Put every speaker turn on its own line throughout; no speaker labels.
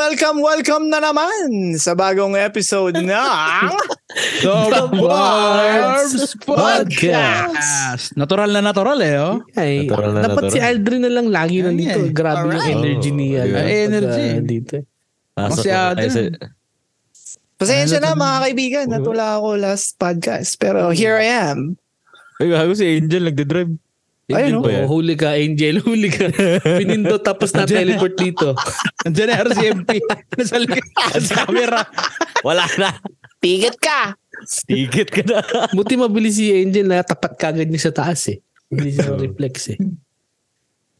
welcome na naman sa bagong episode ng
The
Barbs
Podcast. Natural na natural eh, oh.
Ay,
Natural na
dapat
natural.
si Aldrin na lang lagi
Yan
nandito.
yan.
Grabe yung
Alright.
energy niya.
Oh,
ano,
yeah.
pag,
Energy.
ah, dito. eh.
Pasok
Kasi,
na
ah,
tayo
dun.
sa-
Pasensya na mga kaibigan at wala ako last podcast. Pero here I am.
Ay, gago si Angel nagde-drive.
Ayun, oh.
Angel ba yan?
Oh, huli ka, Angel. Huli ka. Pinindo tapos na teleport dito.
Nandiyan na RCMP. Nasa likod. Sa camera.
Wala na.
Tigit ka!
Tigit ka na.
Buti mabilis si Angel na tapat kagad niya sa taas eh. Hindi siya reflex eh.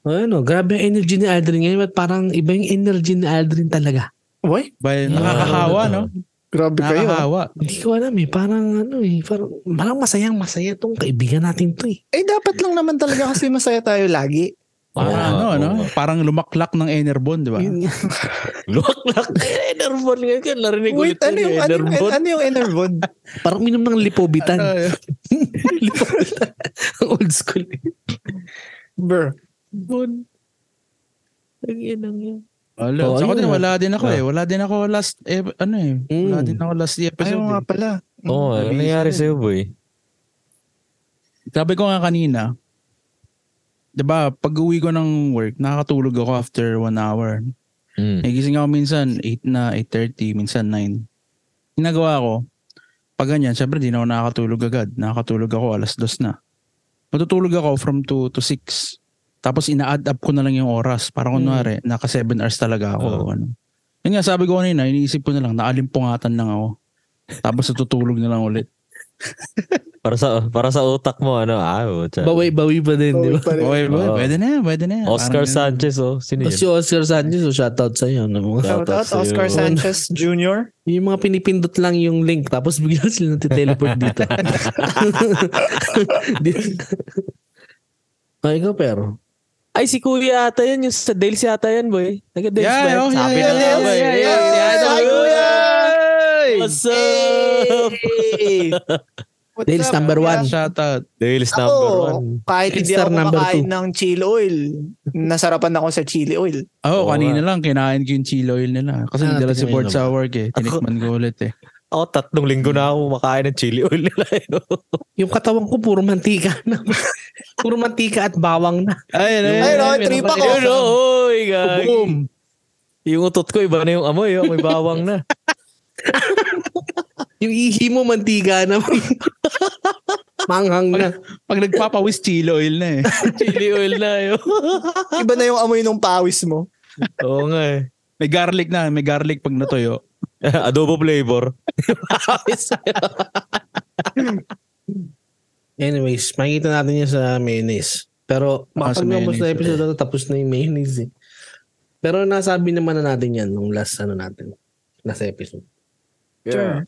Ano, grabe ang energy ni Aldrin ngayon. Ba't Parang iba yung energy ni Aldrin talaga.
Uy,
Bay,
Ah.
nakakahawa, no?
grabe kayo. ah.
Nakakahawa.
Hindi ko alam eh. Parang ano eh. Parang, parang masayang masaya tong kaibigan natin to eh.
Eh, dapat lang naman talaga kasi masaya tayo lagi.
Parang
Oo,
ano,
Ah, oo.
ano? Parang lumaklak ng Enerbon, di ba?
Yun nga.
Lumaklak.
Enervon ngayon ka. Narinig
Wait, ano
eh.
yung,
eh,
ano, yung- ano yung Enervon?
Parang minom ng lipobitan.
Ay,
lipobitan. Ang Old school.
Bro,
Bon. Ang yan ang yan.
Wala.
Oh,
Oo,
Sa ako
ayun
din,
na.
wala din ako
Ah.
eh. Wala din ako last, eh, ano eh. Wala
Hmm.
Mm.
din ako last
ayaw
episode.
nga
eh.
pala.
Oo, ano nangyari sa'yo, boy?
Sabi ko nga kanina, 'di ba, pag uwi ko ng work, nakakatulog ako after one hour.
Mm.
Nagising ako minsan 8 na, 8.30, minsan 9. Ginagawa ko, pag ganyan, syempre di na ako nakakatulog agad. Nakakatulog ako alas dos na. Matutulog ako from 2 to 6. Tapos ina-add up ko na lang yung oras. Para kunwari, naka 7 hours talaga ako.
Hmm. Oo.
Ano. Yun nga, sabi ko kanina, iniisip ko na lang, naalimpungatan lang ako. Tapos natutulog na lang ulit.
Para sa para sa utak mo, ano? Ah, oh, tiyan.
Bawi-bawi pa din, di ba?
Uy, pare.
Okay, boy,
Oo.
pwede na yan, pwede na yan.
Oscar
Parang-
Sanchez, oh. Sino
Tapos si
yun?
Oscar Sanchez, so shoutout sa'yo. Ano, mga,
Shout out
Shoutout
Oscar
sa'yo.
Sanchez Jr.
yung mga pinipindot lang yung link, tapos bigla sila natiteleport dito. Di- Ay, ikaw pero.
Ay, si Kuya ata yan. Yung sa Dales yata yan, boy. Taga-Dales
Yeah,
ba yan?
oh, yeah,
Sabi
yeah,
na nga,
yeah,
boy.
yeah,
Yan,
yeah,
yan,
yeah,
yan.
Kuya!
What's
Eh!
up?
What's
Dales
up,
number
Kuya?
one.
Shout out.
Dales
Ako,
number one.
kahit hindi
Star
ako
number
makakain
two.
ng chili oil, nasarapan ako sa chili oil.
Oh,
Oo
kanina lang kinain ko yung chili oil nila. Kasi
Ah,
hindi nila
tingnan
support
nyo
sa work eh. Tinikman ko ulit eh.
Ako, tatlong linggo na ako makain ng chili oil nila. eh, no?
Yung katawan ko, puro mantika na. puro mantika at bawang na.
Ayun,
Ayun, oh, trip ako.
Ayun, oh, oy, gagi.
Boom.
Yung utot ko, iba na yung amoy. Oh. May bawang na.
Yung ihi mo, mantika na. Manghang na.
Pag nagpapawis chili oil na eh.
chili oil na. Yun.
Iba na yung amoy nung pawis mo.
Oo nga eh.
May garlic na. May garlic pag natuyo.
Adobo flavor.
Anyways, makikita natin yun sa mayonnaise. Pero
Ah,
baka
sa
pag naubos na
mayonnaise.
episode na to, tapos na yung mayonnaise eh. Pero nasabi naman na natin yan nung last ano natin. Last episode.
Sure.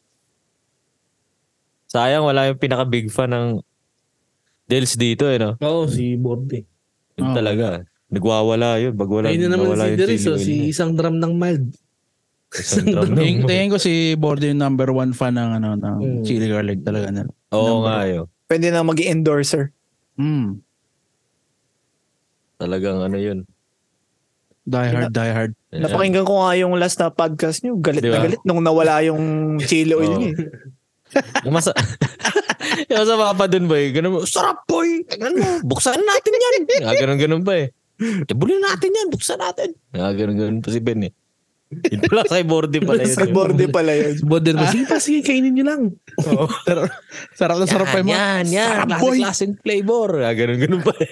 Sayang, wala yung pinaka-big fan ng Dales dito eh, no?
Oo, si Borde.
Oo.
Yun talaga. Nagwawala yun. Bagwala,
Ayun na naman
nawala
si
yung eh.
Deriso,
chili oil
si
niya.
isang drum ng mild.
Isang drum
Ano?
ng-
Tingin, tingin ko si Bordo yung number one fan ng, ano, ng
Hmm.
Mm.
chili garlic talaga nila.
Oo
number.
nga yun.
Pwede na maging endorser.
Mm.
Talagang ano yun.
Die hard, die hard.
Ayan.
Napakinggan ko nga yung last na podcast nyo. Galit
Di
na
ba?
galit nung nawala yung chili oil
Oo.
niya. eh.
Yung masa... yung masama pa dun, boy. Ganun mo, sarap, boy! Tignan mo, buksan natin yan! Nga, ganun-ganun pa eh. Tabulin natin yan, buksan natin! Nga, ganun-ganun pa si Ben eh. Yun pala, cyborg din pala yun. eh.
Sa borde pala yun.
Si Borde ba? Sige pa, sige, kainin nyo lang.
Sarap, sarap na sarap pa yung mga-
Yan, yan.
Sarap, boy.
Klaseng-klaseng flavor.
Nga, ganun-ganun pa eh.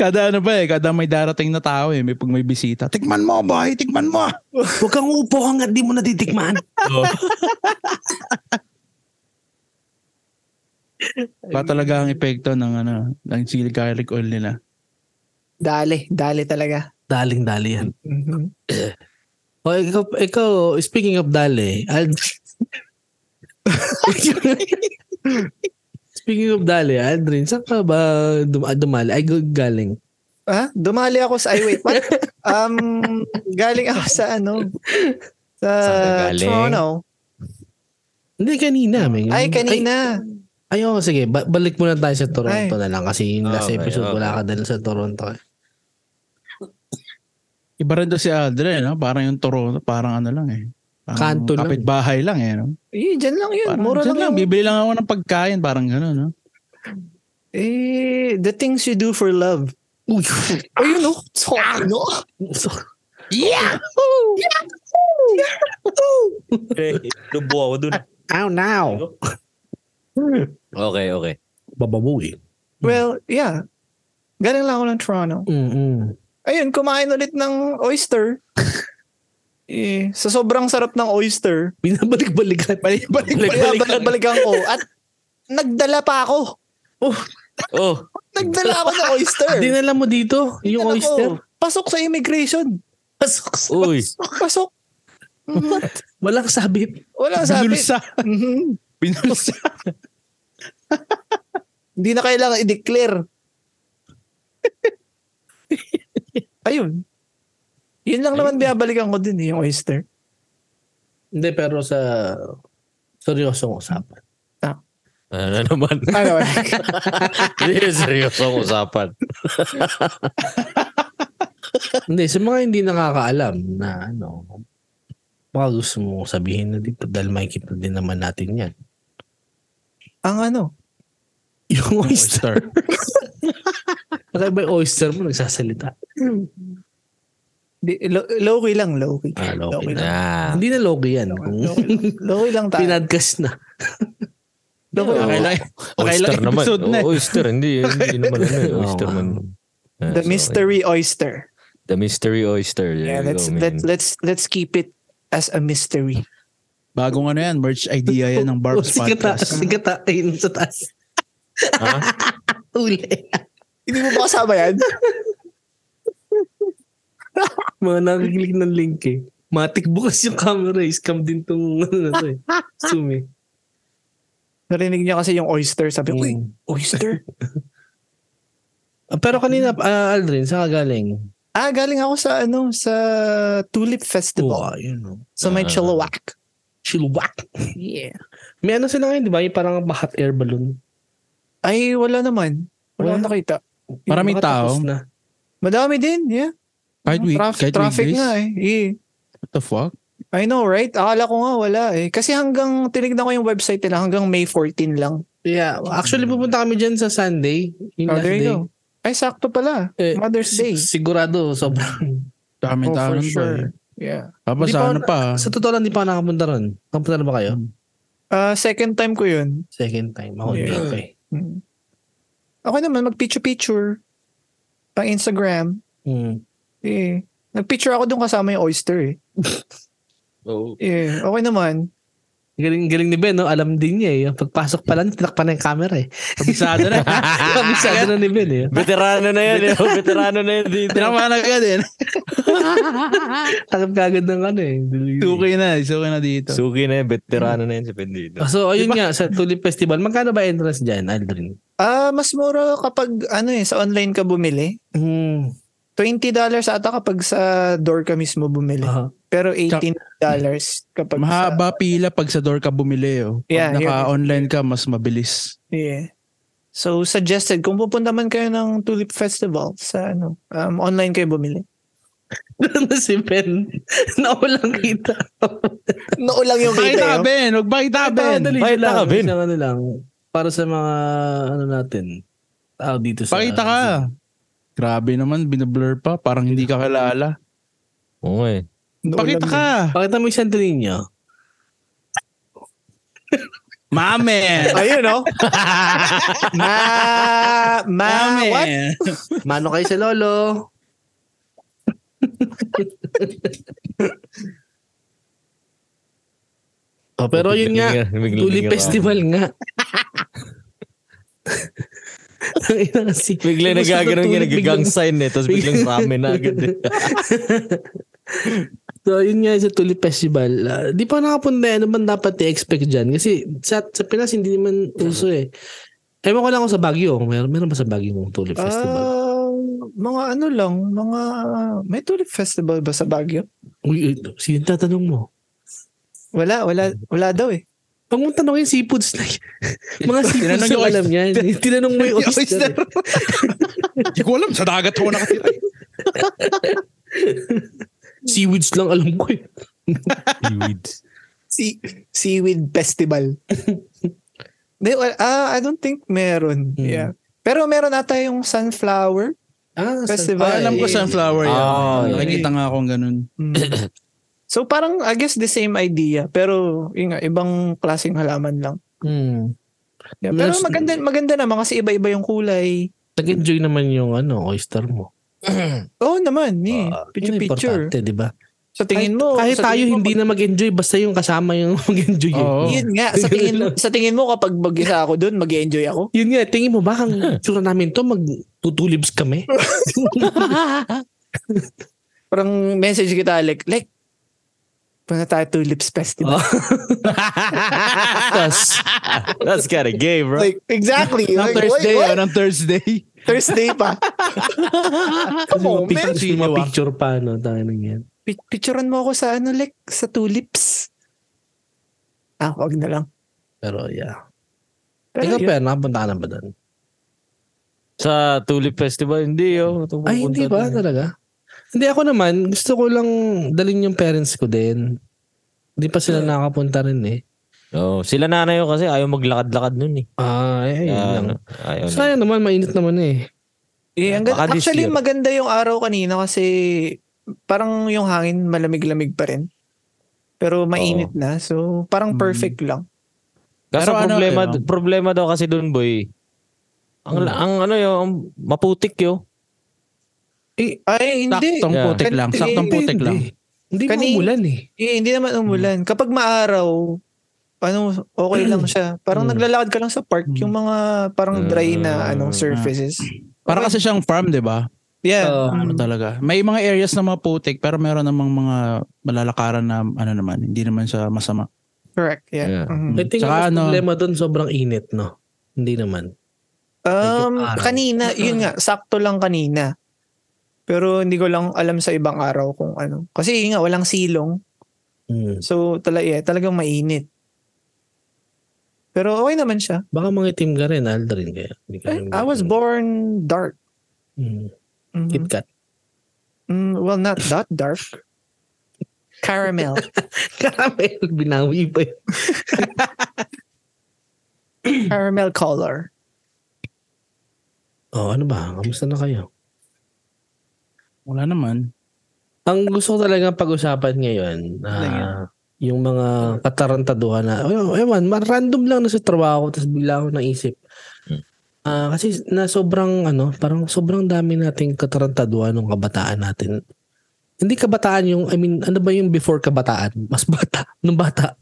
Kada ano ba eh, kada may darating na tao eh, may pag may bisita. Tikman mo, boy! Tikman mo!
Huwag kang uupo hanggat di mo natitikman.
Ba talaga ang epekto ng ano, ng chili garlic oil nila?
Dali, dali talaga.
Daling-dali yan.
Mhm.
O, Oh, ikaw, ikaw, speaking of dali, I'll... speaking of dali, Aldrin, saan ka ba dum- ah, dumali? Ay, gu- galing.
Ha? Ah, Dumali ako sa... Ay, wait. What? um, galing ako sa ano? Sa
Saan ka galing?
Toronto.
Hindi, kanina. May,
Hmm.
Ay, kanina.
Ay, oo, sige. Ba- balik muna tayo sa Toronto
Ay.
na lang kasi yung last
Okay,
episode,
okay.
wala ka dahil sa Toronto. eh.
Iba rin daw si Aldrin, no? Parang yung Toronto, parang ano lang eh. Parang
Kanto lang.
kapitbahay lang eh. No?
Eh, dyan lang yun.
Parang
Mura
dyan
lang,
lang,
yun.
bibili lang ako ng pagkain, parang gano'n, no?
Eh, the things you do for love.
Uy.
Ayun, no? So, no?
yeah!
Pre, lubo ako dun.
Ow, now!
Okay, okay.
Bababoy.
Well, yeah. Galing lang ako ng Toronto.
Mm-mm.
Ayun, kumain ulit ng oyster. eh, sa sobrang sarap ng oyster,
Binabalik-balikan. Balik-balik.
balik-balikan ko. At nagdala pa ako.
Oh,
Nagdala ako ng oyster.
Dinala mo dito yung
Ano ko,
oyster.
Pasok sa immigration.
Pasok sa-
uy.
Pasok. Mhm.
Walang sabit.
Wala sabi.
Binulsa.
Mhm.
Binulsa.
Hindi na kailangan i-declare. Ayun. Yun lang naman binabalikan ko din eh, yung oyster.
Hindi, pero sa seryosong usapan.
Ano na naman?
Ano?
Hindi, seryoso ang usapan.
hindi, sa mga hindi nakakaalam na ano, baka gusto mo sabihin na dito dahil makikita din naman natin yan.
Ang ano?
Yung
Oyster.
oyster. Bakit ba yung oyster mo nagsasalita?
Di, lo, low-key lang, low-key.
Ah, low-key
lang.
Ah.
Hindi na logo yan. Kung
Low-key lang. Low-key lang tayo.
pinadcast na.
Low-key lang.
Akala,
Oyster
akala
naman.
episode na eh.
Oh, oyster, hindi. Hindi naman ano eh. Oyster
Oo.
man. Ah,
The
so,
mystery oyster.
The mystery oyster. There
Yeah,
you
let's
go, man.
let, let's let's keep it as a mystery.
Bagong ano yan, merch idea yan ng Barb's
Sigata,
Podcast.
sigata, ayun sa taas.
Ha?
Uli.
Hindi mo ba kasama yan?
Mga nakikilig ng link eh. Matik bukas yung camera eh. Scam din tong ano na to eh. Zoom eh.
Narinig niya kasi yung oyster. Sabi ko, "Uy,
Mm.
oyster?
Ah, Pero kanina, ah, Aldrin, saan ka galing?
ah, galing ako sa ano, sa Tulip Festival.
Oh, yun know.
Sa may
Ah.
Chilliwack.
Chilwak.
Yeah.
May ano sila ngayon, di ba? Yung parang hot air balloon.
Ay, wala naman. Wala akong nakita.
Yung
Maraming
mga tapos
tao.
Na.
Madami din, yeah.
Kahit week,
Traf-
kahit
traffic
weekdays.
nga eh. Yeah.
What the fuck?
I know, right? Akala ko nga wala eh. Kasi hanggang, tinignan ko yung website nila, hanggang May 14 lang.
Yeah. Actually, pupunta kami dyan sa Sunday.
Hmm.
Yung
Oh,
last
there you
day.
go. Ay, sakto pala.
Eh,
Mother's Day.
sig- Sigurado, sobrang.
Daming
Oh,
tao
for
nun pa eh.
sure. Yeah.
Tapos
Hindi pa
ano pa?
Sa totoo lang, di pa ako nakapunta ron. Nakapunta na ba kayo?
Ah, second time ko yun.
Second time. Ako hindi
Yeah.
pa eh.
Hmm. Okay naman, mag-picture-picture. Pang Instagram.
Mm.
Eh. Nag-picture ako dun kasama yung oyster eh.
Oh.
Eh, okay naman.
Galing, galing ni Ben, no? alam din niya eh. Yung Pagpasok pa lang, tinakpan na yung camera eh.
Kabisado na.
Kabisado na ni Ben eh.
Veterano na yan. eh. Veterano na yan dito.
Pinamanak ka din.
Takap kagad ng ano eh. Delivery.
Sukay na. Sukay na dito.
Suki na yan. Veterano na yan si Ben dito.
Ah, So, ayun nga, sa Tulip Festival, magkano ba entrance dyan, Aldrin?
Ah, mas mura kapag ano eh, sa online ka bumili.
Hmm.
$20 ata kapag sa door ka mismo bumili.
Aha.
Pero $18 kapag sa...
Ah. Mahaba pila pag sa door ka bumili. Oh. Pag
Yeah, yeah.
naka-online ka, mas mabilis.
Yeah. So suggested, kung pupunta man kayo ng Tulip Festival sa ano, um, online kayo bumili.
Ano na si Ben? Naulang kita.
Noo lang yung
Bakit
kita yun.
Ben? Huwag bakit Ben?
Dali
Bakit
lang,
ka, Ben?
Isang ano lang, para sa mga, ano natin, tao dito sa...
Pakita ka. Grabe naman, binablur pa. Parang hindi ka kilala.
Oo nga eh.
Noo
Pakita
lang
ka.
Pakita mo yung santo ninyo.
yun.
Mame.
Ayun, no? ma, ma,
Mame.
what?
Mano kayo sa lolo? oh, pero yun nga,
Biglang-
Tulip
biglang-
Festival nga. Ang ina kasi.
Bigla
Gusto ng
nagagano'n
tulip,
yan,
biglang-
nagagang sign eh, tapos biglang ramen na agad eh.
So, yun nga sa Tulip Festival. ah, di pa nakapunta. Ano ba dapat i-expect dyan? Kasi sa, sa Pinas, hindi naman uso eh. Ewan ko lang kung sa Baguio. Meron, meron ba sa Baguio yung Tulip Festival?
Ah, mga ano lang, mga, may Tulip Festival ba sa Baguio?
Uy, uy, sino tatanong mo?
Wala, wala, wala daw eh.
Pag mo tanongin seafoods na yun. Mga seafoods
Tinanong
na
yung
alam niya. Tinanong mo yung oyster.
Hindi ko alam, sa dagat ako nakatira.
Seaweeds lang alam ko eh.
Seaweeds.
Sea, seaweed festival. They, well, ah, I don't think meron.
Hmm.
Yeah. Pero meron ata yung sunflower.
Ah,
Festival.
Ah, alam ko
Eh,
sunflower yan.
ah,
Nakikita nga akong ganun.
Mm. so parang I guess the same idea pero yun nga ibang klaseng halaman lang.
Hmm.
Yeah, pero
Nas-
maganda maganda naman kasi iba-iba yung kulay.
Nag-enjoy naman yung ano, oyster mo.
Oo naman, eh.
Ah, yun ang
picture-picture.
importante, di ba?
Sa tingin mo,
Kahit
sa
tayo
tingin mo,
hindi na mag-enjoy, basta yung kasama yung mag-enjoy. eh.
Oo.
Yun nga, sa tingin sa tingin mo kapag mag-isa ako doon, mag-enjoy ako.
Yun nga, tingin mo ba ang tsura namin to, magtutulibs kami?
Parang message kita like, like Punta tayo Tulips Festival.
That's, that's kinda gay, bro.
Like, exactly.
Nang
Like,
Thursday,
wait,
yun,
what?
nang Thursday.
Thursday pa. Come on, man.
Picture, yung mga picture pa, no? Tayo nang yan.
Pic- Picturean mo ako sa ano, like, sa tulips. Ah, wag na lang.
Pero yeah.
Pero
Ikaw,
yun.
Per, nakapunta ka na ba doon?
Sa Tulip Festival, hindi, oh. Itong
Ay, hindi ba?
pupunta din.
Talaga? Hindi, ako naman, gusto ko lang dalhin yung parents ko din. Hindi pa sila nakapunta rin eh.
Oo, Oh, sila nanay ko kasi ayaw maglakad-lakad nun, eh.
Ah, eh, yun
Kaya,
lang.
ano, Ayaw na.
Sayang naman, mainit naman eh.
Eh, ang ganda-
Baka this
actually,
year.
maganda yung araw kanina kasi parang yung hangin malamig-lamig pa rin. Pero mainit na. So, parang
Mm.
perfect lang.
Pero
Kaso
ano,
problema,
eh, no?
problema daw kasi dun, boy. Ang, ang ano yo, ang maputik yo.
Eh, ay, hindi.
Saktong
Yeah.
putik lang.
Hindi,
Saktong
hindi,
putik lang.
Hindi
Kani-
Kani... umulan eh.
Eh, hindi naman umulan. Kapag maaraw, ano, okay lang siya. Parang
Mm.
naglalakad ka lang sa park. Yung mga parang dry na
Mm.
ano surfaces.
Para kasi siyang farm, di ba?
Yeah.
Oo.
Mm.
Ano talaga. May mga areas na mga putik, pero meron namang mga malalakaran na ano naman, hindi naman siya masama.
Correct. Yeah.
Yeah.
Mhm.
I think
Tsaka
ang
ano-
problema doon, sobrang init, no? Hindi naman.
Um,
araw.
kanina, yun nga, sakto lang kanina. Pero hindi ko lang alam sa ibang araw kung ano. Kasi yun nga, walang silong.
Mm.
So, tala, yeah, talagang mainit. Pero okay naman siya.
Baka mangitim ka rin, Aldrin. Kaya, hindi ka
Eh,
rin-
I was born dark.
Mm.
Mhm.
KitKat.
Mm, well, not that dark. Caramel.
Caramel, binawi pa yun.
Caramel color.
Oh, ano ba? Kamusta na kayo?
Wala naman.
Ang gusto ko talaga pag-usapan ngayon, ah,
Ano yun?
yung mga katarantaduhan na, oh, ewan, ma- random lang na sa trabaho ko, tapos bigla ako naisip. Ah, kasi na sobrang, ano, parang sobrang dami nating katarantaduhan ng kabataan natin. Hindi kabataan yung, I mean, ano ba yung before kabataan? Mas bata, nung bata.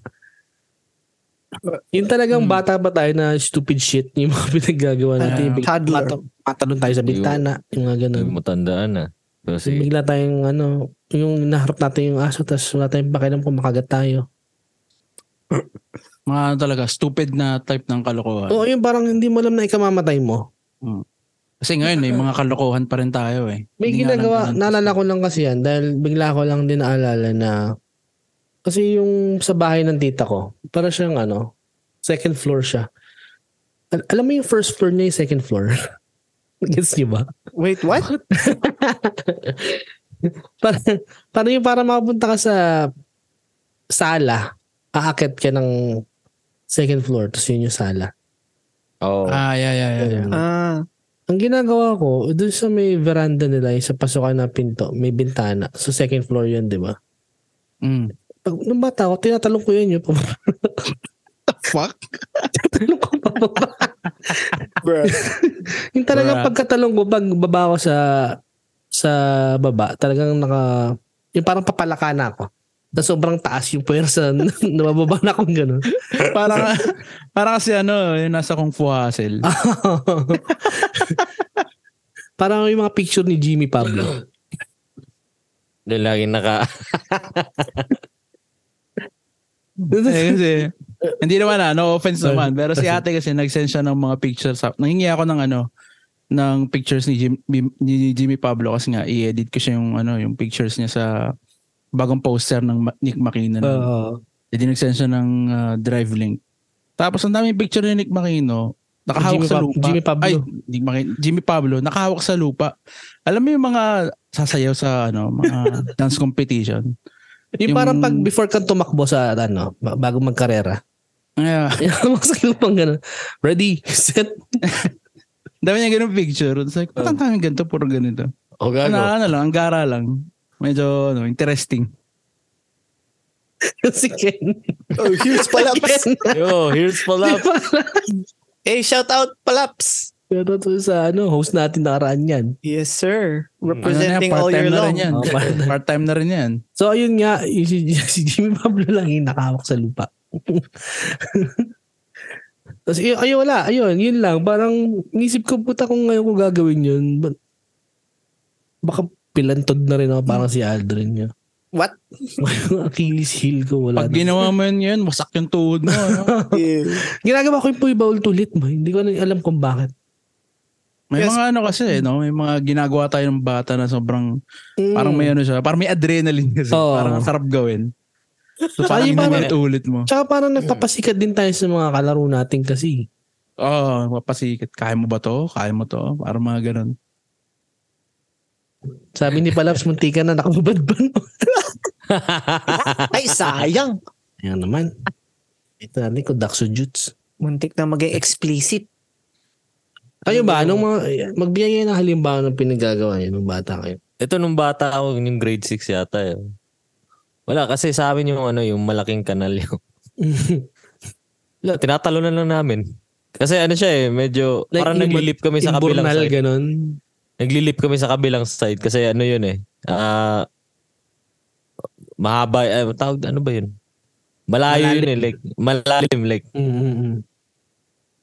Yung talagang
Hmm.
bata pa tayo na stupid shit yung mga pinaggagawa natin.
Ah,
Yung bigla-
toddler.
mata- Matalon tayo sa bintana, yung mga ganun.
Yung matandaan na. ah. Pero
So,
sige.
bigla tayong ano, yung naharap natin yung aso tapos wala tayong pakialam kung makagat tayo.
Mga ano talaga, stupid na type ng kalokohan.
Oo, yung parang hindi mo alam na ikamamatay mo.
Kasi ngayon, may mga kalokohan pa rin tayo eh.
May
Hindi nga
ginagawa,
lang-
naalala ko lang kasi yan dahil bigla ko lang din naalala na kasi yung sa bahay ng tita ko, para siyang ano, second floor siya. Al- alam mo yung first floor niya yung second floor? Gets niyo ba?
Wait, what?
para para yung para makapunta ka sa sala, aakit ka ng second floor, tapos yun yung sala.
Oo.
Ah, yeah, yeah, yeah. yeah.
Ah,
Ang ginagawa ko, doon sa may veranda nila, yung sa pasukan na pinto, may bintana. Sa second floor yun, di ba?
Mm.
Pag, nung bata ako, tinatalong ko yun yung pababa.
Fuck?
Tinatalong ko pababa.
bro.
Yung talagang
Bruh.
pagkatalong ko, pag baba ako sa sa baba, talagang naka, yung parang papalaka na ako. Na sobrang taas yung pwersa na na mababa na akong gano'n.
parang, parang kasi ano, yung nasa Kung Fu Hustle.
Parang yung mga picture ni Jimmy Pablo.
Dahil laging naka...
eh, kasi, hindi naman ah, no offense naman. Pero si ate kasi nag-send siya ng mga pictures. sa- Nangingi ako ng ano, ng pictures ni, Jim, ni Jimmy Pablo kasi nga i-edit ko siya yung ano yung pictures niya sa bagong poster ng Ma- Nick McKinnon.
Oo.
ah, Hindi nag-send siya ng ah, drive link. Tapos ang daming picture ni Nick Makino, Nakahawak
Jimmy
sa
Pa-
lupa.
Jimmy Pablo.
Ay, hindi maki- Jimmy Pablo, nakahawak sa lupa. Alam mo yung mga sasayaw sa ano, mga dance competition.
Yung,
Yung-
parang pag before kang tumakbo sa ano, ba- bago magkarera.
Kaya,
Yung sa lupang ganun. Ready, set.
dami niya ganun picture. It's like, patang tayong ganito, puro ganito. Ano,
O oh, gago.
ano lang, ang gara lang. Medyo, ano, interesting.
si Ken.
Oh, huge palaps.
Ken.
Yo, here's pala.
eh, shout out palaps.
Pero to sa ano, host natin nakaraan yan.
Yes, sir.
Ano na yan,
Representing all
part-time
year
na
long.
rin yan.
Oh, part-
part-time na rin yan.
So ayun nga, yung si, si Jimmy Pablo lang yung nakahawak sa lupa. Tapos ay, ayun wala, ayun, yun lang. Parang nisip ko puta kung ngayon ko gagawin yun. Ba- Baka pilantod na rin ako parang si Aldrin niya.
What?
Yung Achilles heel ko wala.
Pag
na.
ginawa mo yun, yun, wasak yung tuhod mo. Ano?
Yeah.
Ginagawa ko yung puy baul tulit mo. Hindi ko na alam kung bakit.
May
Yes.
mga ano kasi, no? may mga ginagawa tayo ng bata na sobrang, parang may ano siya, parang may adrenaline kasi.
Oo.
Parang ang sarap gawin. So, parang
Ay, parang-
inulit-ulit mo.
Tsaka parang nagpapasikat din tayo sa mga kalaro natin kasi.
Oo, oh, papasikit. Kaya mo ba to? Kaya mo to? Parang mga ganun.
Sabi ni Palaps, muntika na nakababadban.
Ay, sayang.
Ayan naman. Ito natin ko Daxojutsu.
Muntik na maging explicit.
Kayo
Ano
ba? Anong mga, magbigay kayo ng halimbawa ng pinaggagawa niyo nung bata kayo?
Ito nung bata ako, yung grade 6 yata. Eh. Wala, kasi sa amin yung ano, yung malaking kanal yung. Wala, tinatalo na lang namin. Kasi ano siya eh, medyo,
Like
parang
yung
naglilip kami sa kabilang
Imburnal,
side.
ganun.
Naglilip kami sa kabilang side kasi ano yun eh. Ah mahaba, eh, tawag, ano ba yun? Malayo yun eh, like, malalim, like,
Mm-hmm.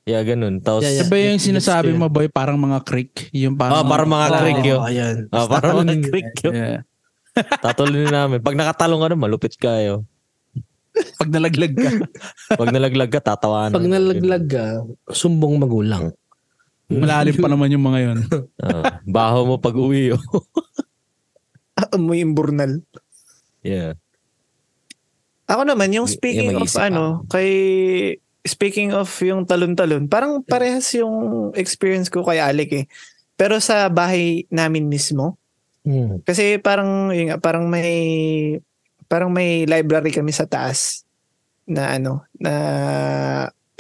yeah, ganun. Tapos,
Yeah,
Ano
yeah.
ba yung
Gets
sinasabi
ko yun.
mo, boy? Parang mga creek? Yung
Ah,
parang...
parang mga creek yun.
ano, Ayan.
Ah, parang mga
Tatalon.
creek yun.
Yeah.
Tatalo na namin. Pag nakatalong ka na, malupit ka yun.
Pag nalaglag ka.
Pag nalaglag ka, tatawanan.
Pag nalaglag ka, sumbong magulang.
Mm. Malalim pa naman yung mga yun.
Ah, baho mo pag uwi. oh.
Ah, Amoy imburnal.
yeah.
Ako naman, yung
Y-
speaking
yung
of
mag-isip
ano, kay speaking of yung talon-talon, parang parehas yung experience ko kay Alec eh. Pero sa bahay namin mismo,
Mm.
kasi parang, yun nga, parang may, parang may library kami sa taas na ano, na,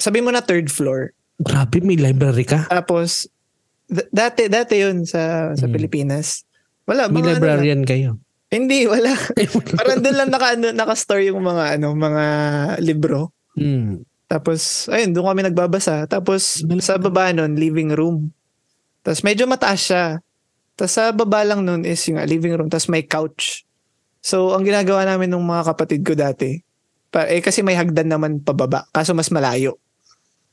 sabi mo na third floor.
Grabe, may library ka?
Tapos, d- dati, dati yun sa, sa
Mm.
Pilipinas. Wala,
May
mga ano lang.
librarian kayo.
Hindi, wala. Parang doon lang naka, ano, naka-store yung mga, ano, mga libro.
Mm.
Tapos, ayun, doon kami nagbabasa. Tapos,
Malapit
sa baba nun, living room. Tapos, medyo mataas siya. Tapos, sa baba lang nun is yung ah, living room. Tapos, may couch. So, ang ginagawa namin ng mga kapatid ko dati, pa, eh, kasi may hagdan naman pababa, kaso mas malayo.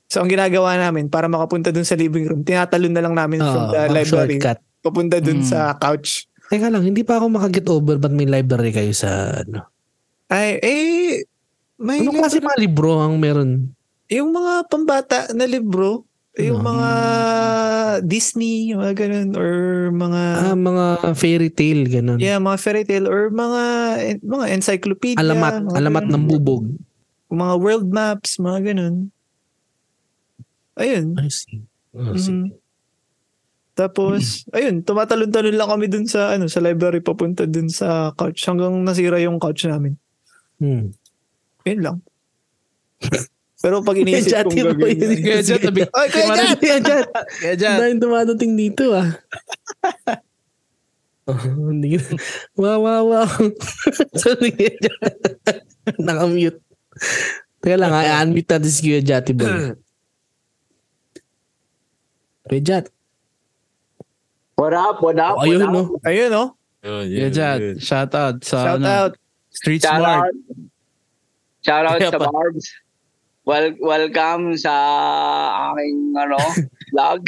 So, ang ginagawa namin, para makapunta dun sa living room, tinatalon na lang namin from
Oo,
the
Ah, mga
library,
shortcut. Hmm.
papunta dun
Mm.
sa couch.
Teka lang, hindi pa ako makaget over ba't may library kayo sa ano?
Ay, eh, may
Anong klase mga libro ang meron?
Yung mga pambata na libro, yung
Ano?
mga Disney, yung mga ganun, or mga,
Ah, mga fairy tale, ganun.
yeah, mga fairy tale, or mga, en- mga encyclopedia.
alamat,
mga
alamat
ganun.
ng bubog.
Mga world maps, mga ganun. Ayun.
I see. Oh, Mm-hmm.
Mhm. Tapos, ayun, tumatalon-talon lang kami dun sa, ano, sa library papunta dun sa couch hanggang nasira yung couch namin. Mm.
Hmm.
Ayun lang. Pero pag iniisip
Gadget
kong
mo
gagawin.
yun. Kaya dyan,
tabi.
Ay, kaya dyan!
Kaya dyan.
Kaya
Ang
dyan.
daming dumadating dito ah. Oh, hindi. Wow, wow, wow. so, nangyay dyan. Nakamute. Teka lang, ha, unmute natin si Kuya Jati Boy. Kuya Jat.
What up? What up?
Oh, ayun, no?
Ayun, oh.
Kaya dyan. Shout out sa
Shout
ano,
out.
Street
Shout
Smart.
out. Shout out
Kaya
sa
pa-
Barbs. Well, welcome sa aking ano, vlog.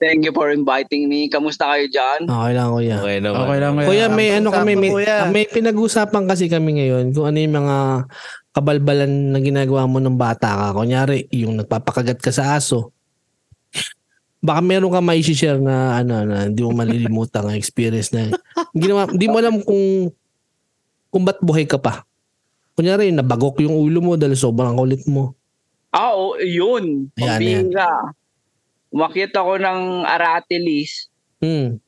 Thank you for inviting me. Kamusta kayo dyan?
Okay lang, Kuya.
Okay naman.
Okay lang kaya.
Kuya, may ano kami, may,
Kuya.
may pinag-usapan kasi kami ngayon kung ano yung mga kabalbalan na ginagawa mo ng bata ka. Kunyari, yung nagpapakagat ka sa aso. Baka meron ka may share na ano na hindi mo malilimutan ang experience na ginawa, hindi mo alam kung kung ba't buhay ka pa. Kunyari, nabagok yung ulo mo dahil sobrang kulit mo.
Ah, oh, yun.
Ayan,
Pabinga. Umakyat ako ng Aratilis.
Hmm.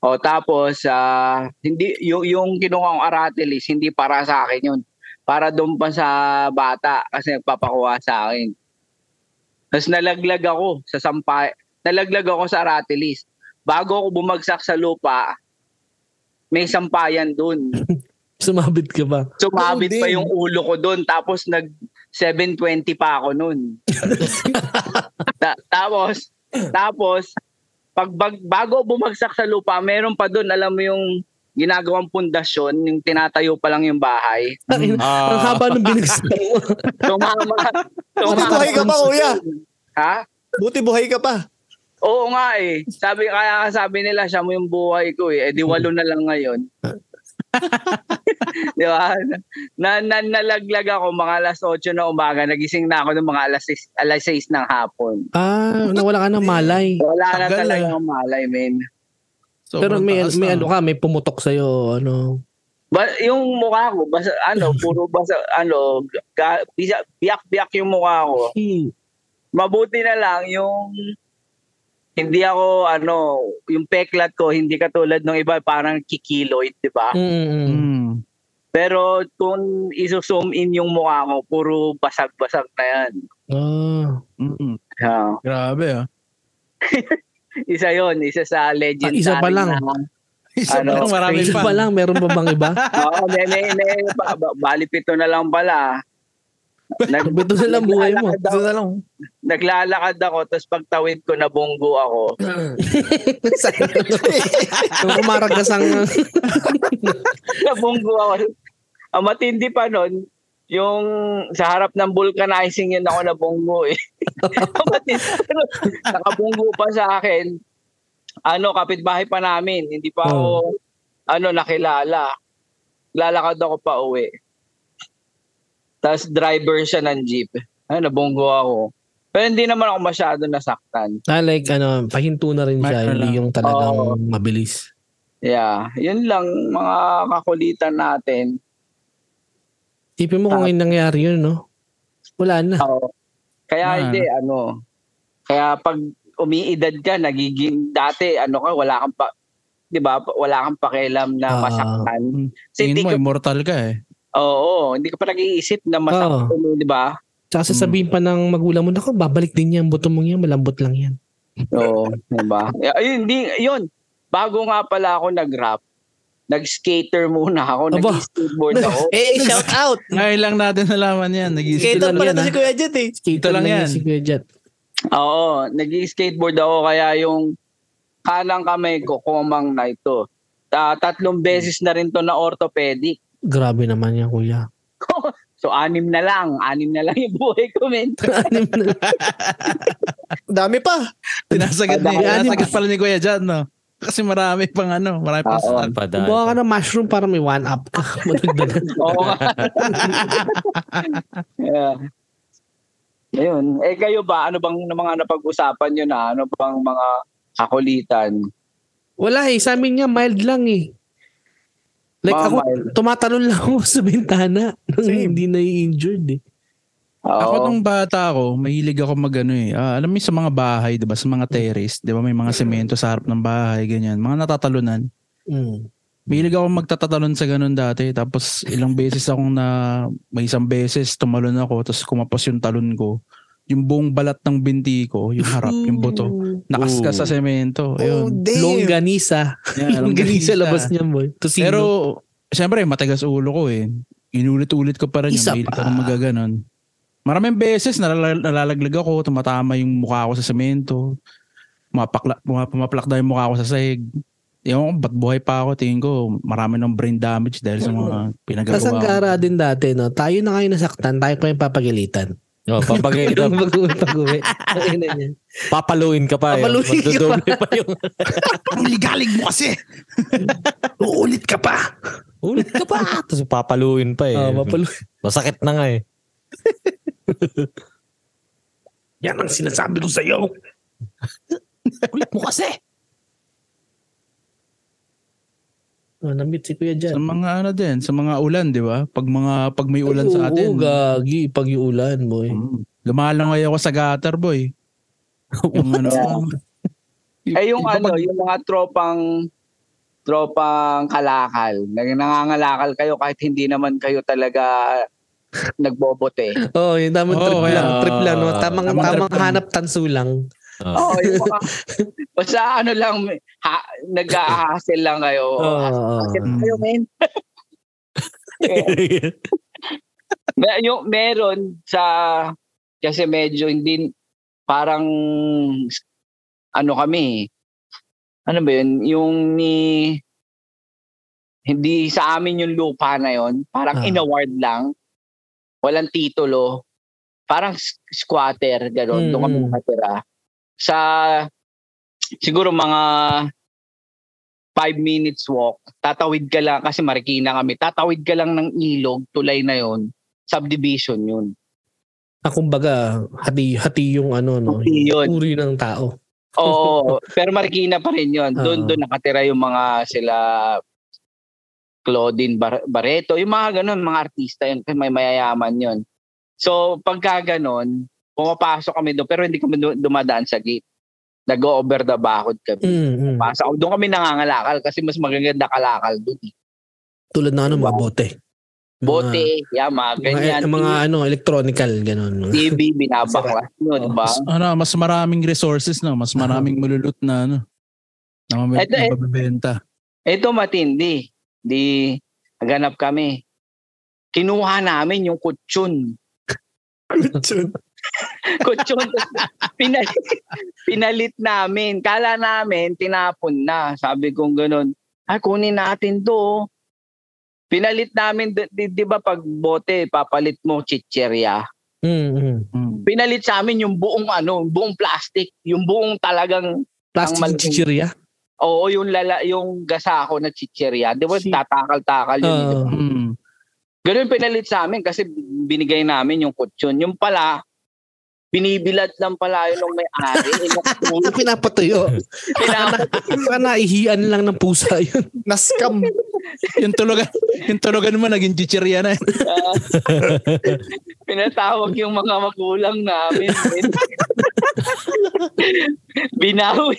O tapos, ah, hindi, yung, yung kinuha kong Aratilis, hindi para sa akin yun. Para doon pa sa bata kasi nagpapakuha sa akin. Tapos nalaglag ako sa sampay. Nalaglag ako sa Aratilis. Bago ako bumagsak sa lupa, may sampayan doon.
Sumabit ka ba?
Sumabit
Ganun
pa
din.
yung ulo ko doon tapos nag 720 pa ako noon. Ta- tapos tapos pag bag- bago bumagsak sa lupa, meron pa doon alam mo yung ginagawang pundasyon, yung tinatayo pa lang yung bahay.
Ah, Hmm.
Ang haba ng binagsak mo.
Tumama.
Buti
tumama
buhay ka pa, kuya.
Ha?
Buti buhay ka pa.
Oo nga eh. Sabi kaya nga sabi nila siya mo yung buhay ko eh. Eh di walo na lang ngayon. di ba? Na, na, nalaglag ako mga alas 8 na umaga. Nagising na ako ng mga alas 6, alas 6 ng hapon.
ah, nawala ka ng malay.
Wala na
Tagal
talaga ang malay, men.
Pero
Sobrang
may,
taas ah.
may
na.
ano ka, may pumutok sa'yo, ano.
Ba, yung mukha ko, basa, ano, puro basa, ano, ga- bisa- biyak-biyak yung mukha ko. Mabuti na lang yung hindi ako, ano, yung peklat ko, hindi katulad ng iba, parang kikiloid, di ba?
Mm-mm.
Mm.
Pero kung iso-zoom in yung mukha ko, puro basag-basag na yan.
Ah.
Mm-mm.
Yeah.
Grabe ah.
Isa yon isa sa legendary.
Ah, isa pa lang.
Na,
Isa
Ano,
pa lang marami
Isa
pa.
pa lang, meron pa bang iba?
Oo, may, may, may, ba- ba- bali pito na lang pala. Nag,
Ito na lang buhay mo.
naglalakad ako-
Doon na lang.
Naglalakad ako, tapos pagtawid ko, nabunggo ako.
Nung kumaragas ang...
nabunggo ako. Ang matindi pa nun, yung sa harap ng vulcanizing yun ako nabunggo eh. Ang matindi pa nun. Nakabunggo pa sa akin. Ano, kapitbahay pa namin. Hindi pa ako, ano, nakilala. Lalakad ako pa uwi. Tapos driver siya ng jeep. Ano, nabunggo ako. Pero hindi naman ako masyado nasaktan.
ah, like, ano, pahinto na rin siya.
Mark na
Hindi
lang.
yung talagang
Oo.
mabilis.
Yeah. Yun lang, mga kakulitan natin.
Tipin mo kung ngayon nangyari yun, no? Wala na.
Oo. Kaya
Ah.
hindi, ano. Kaya pag umiidad ka, nagiging dati, ano ka, wala kang pa, di ba, wala kang pakialam na
Ah.
masaktan. Kasi
Tingin
hindi
hmm. mo,
ka,
immortal ka eh.
oo, hindi ka pa nag-iisip na masaktan, mo, di ba?
Mm.
Tsaka sasabihin pa ng magulang mo, naku, babalik din yan, buto mong yan, malambot lang yan.
Oo, di ba? Eh, Ayun, hindi, yun. Bago nga pala ako nag-rap, nag-skater muna ako,
Aba.
nag-skateboard ako.
Eh, shout out.
Ngayon lang natin nalaman yan. Nag-iisip
Kaito
lang
pala
yan,
to
ah.
si Kuya Jet eh.
Skater
lang yan.
Si Kuya Jet.
Oo, nag-skateboard ako kaya yung kanang kamay ko kumang na ito. Ta-
Hmm.
tatlong beses na rin to na orthopedic.
Grabe naman yan, kuya.
So anim na lang, anim na lang yung buhay ko men.
Ano
Dami pa.
Tinasagat, ni,
Padaan
yan.
tinasagat pala ni Kuya Jan, no? Kasi marami pang ano, marami pang
Oo.
stand.
Padaan.
Buha ka ng mushroom para may one-up ka. Madagdagan.
Oo. yeah. Ayun. Eh kayo ba ano bang mga napag-usapan niyo na ano bang mga kakulitan?
Wala eh, sa amin nga mild lang eh. Like
Mga
ako,
mild.
tumatalon lang ako sa bintana nung
Same.
hindi nai-injured eh.
Oo.
Ako nung bata ako, mahilig ako mag ano eh. ah, alam mo yung sa mga bahay, di ba? Sa mga terrace, di ba? May mga semento sa harap ng bahay, ganyan. Mga natatalunan.
Mm.
Mahilig ako magtatatalon sa ganun dati. Tapos ilang beses akong na, may isang beses tumalon ako, tapos kumapos yung talon ko. Yung buong balat ng binti ko, yung harap, yung buto. Nakaskas sa
Oh,
semento. Ayun.
damn.
Longganisa.
Yeah,
Longganisa labas niya boy. Tosino.
Pero, siyempre, matagas ulo ko eh. Inulit-ulit ko pa rin
Isa
yung mahilig
pa.
ako magaganon. Maraming beses nalala- nalalaglag ako, tumatama yung mukha ko sa semento. Mapakla, pumaplakda yung mukha ko sa sahig. Ewan ko, ba't buhay pa ako? Tingin ko, marami ng brain damage dahil sa mga
Tapos ang gara
pinagagawa ko.
din dati, no? tayo na kayo nasaktan, tayo pa yung papagilitan.
Oh, papagay
Yung mag-uwi. Ang ina niya.
Papaluin ka pa.
Papaluin ka pa.
Magdodoble pa yung...
Ang ligalig mo kasi!
Uulit ka pa!
Ulit ka pa. Tapos papaluin pa eh.
Oh, mapalo.
Masakit na nga eh.
Yan ang sinasabi ko sa'yo.
Ulit mo kasi.
Oh, namit si Kuya
Sa
dyan.
mga ano din, sa mga ulan, di ba? Pag mga, pag may ulan sa
Oo,
atin.
gagi, pag yung ulan, boy.
Mm. Lumalangoy ako sa gutter, boy. Yung ano.
Eh yung
iba
ano,
pag-
yung mga tropang tropang kalakal. Nang- Nangangalakal kayo kahit hindi naman kayo talaga nagbobote.
Oo, oh, yung tamang
Oo,
trip
kaya-
lang. Trip lang. No? Tamang,
Tamang
tamang,
trip lang.
hanap tanso lang.
Oo, yung mga, basta ano lang, ha, nag-hassle lang kayo.
Oo.
Hassle
Mm.
kayo, men. Mer- yung meron sa kasi medyo hindi parang ano kami eh. ano ba yun yung ni hindi sa amin yung lupa na yon parang
Ah.
inaward lang walang titulo parang s- squatter gano'n
Mm,
doon kami
mm.
nakatira sa siguro mga five minutes walk tatawid ka lang kasi Marikina kami tatawid ka lang ng ilog tulay na yon subdivision yun
Ah, kumbaga, hati, hati yung ano, no?
Hati yun.
Uri ng tao.
Oo, pero Marikina pa rin yun. Doon
Oo.
doon nakatira yung mga sila Claudine Bar- Barreto, yung mga ganun, mga artista yun, may mayayaman yun. So, pagka ganun, pumapasok kami doon, pero hindi kami du- dumadaan sa gate. Nag-over the bakod kami.
Mm, mm.
Pasok. Doon kami nangangalakal kasi mas magaganda kalakal doon. eh.
Tulad ng ano, mga bote. Mga-
Bote, yama, ganyan.
Mga, mga ano, electronical, ganun. Mga-
TV, binabaklas yun,
Oo.
ba?
Mas, ano, mas maraming resources, no? Mas maraming malulut na, ano, na mabibenta.
Eto, eh. Ito matindi. Eh, Di ganap kami. Kinuha namin yung kutsyon. kutsyon. pinalit, pinalit namin. Kala namin, tinapon na. Sabi kong ganun, ay kunin natin to. oh." Pinalit namin, di, di- di ba pag bote, papalit mo chicherya.
Mm, mm.
Mm.
Pinalit sa amin yung buong ano, buong plastic. Yung buong talagang,
Plastic
malaking-
chichirya.
oo, yung, lala, yung gasako na chicherya. Di ba
Si-
tatakal-takal yun. di ba?
Oo.
Mm.
Ganun pinalit sa amin kasi binigay namin yung kutsyon. Yung pala, binibilat lang pala yun ng may-ari.
Ang Ah, pinapatuyo. Baka naihian lang ng pusa yun.
Nascam.
yung tulugan, yung tulugan mo naging chichirya na. eh.
Pinatawag yung mga magulang namin. binawi,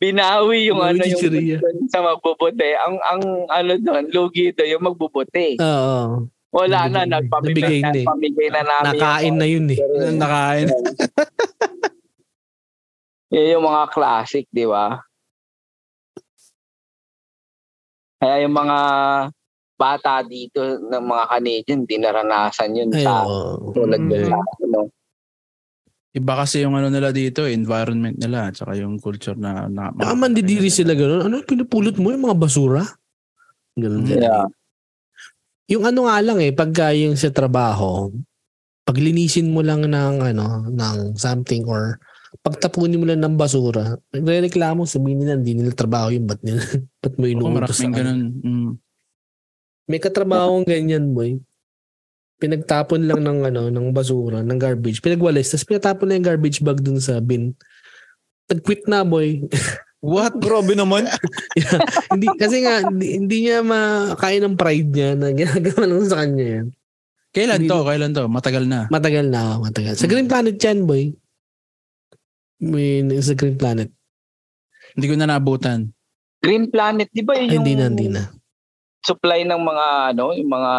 binawi yung
Binawi
ano yung
chichirya.
kutsyon sa magbubote. Ang ang ano doon, lugi to yung magbubote.
Oo.
Wala na,
Nabigay
nagpamigay na,
na eh.
nagpamigay na namin.
Nakain na yun eh.
Yung,
Nakain.
Yun yung mga classic, di ba? Kaya yung mga bata dito ng mga Canadian, di naranasan yun
Ay,
sa
oo.
tulad
Mm.
yun sa ano.
Iba kasi yung ano nila dito, environment nila, tsaka yung culture na... na
Baka mandidiri sila ganun. Ano, pinupulot mo yung mga basura? Ganun din.
Yeah.
Yung ano nga lang eh, pagka yung sa trabaho, paglinisin mo lang ng ano, ng something or pagtapunin mo lang ng basura, nagre-reklamo, sabihin nila, hindi nila trabaho yun, ba't nila, ba't mo
Oo,
inuutos sa
maraming ganun. Mm.
May katrabaho ganyan, boy. Pinagtapon lang ng ano, ng basura, ng garbage. Pinagwalis, tapos pinatapon na yung garbage bag dun sa bin. Nag-quit na, boy.
What?
Grabe naman.
hindi, kasi nga, hindi, hindi niya makain ng pride niya na ginagawa lang sa kanya yan.
Kailan
Hindi-
to? Kailan to? Matagal na.
Matagal na, matagal. Sa Green Planet yan, boy. May, sa Green Planet.
Hindi ko na nabutan.
Green Planet, di ba
Ay,
yun yung
hindi na, hindi na.
supply ng mga ano, yung mga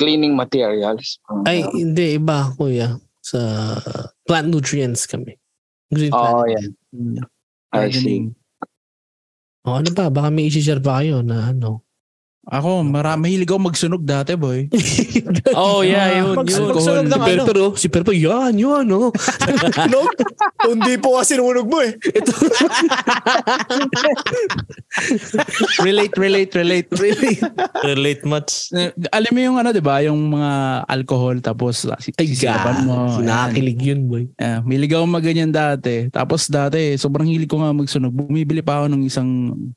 cleaning materials?
Ay, hindi, iba, kuya. Sa plant nutrients kami. Green Planet.
oh, yeah.
Mm.
I see.
Gardening.
O, ano pa, baka may isi-share pa kayo na ano.
Ako, mara, mahilig ako magsunog dati, boy.
Oh,
Ah.
yeah, yun,
Mag-
yun.
magsunog
si
ng ano.
Perper, oh. si Perper, yan, yun, ano.
Sunog? Hindi po kasi nunog mo eh.
relate, relate, relate. relate.
Relate much.
Alam mo yung ano, di ba? Yung mga alcohol, tapos
Ay, God.
sisilaban mo. Ayan.
Nakakilig yun, boy.
Eh, hilig ako maganyan dati. Tapos dati, sobrang hilig ko nga magsunog. Bumibili pa ako ng isang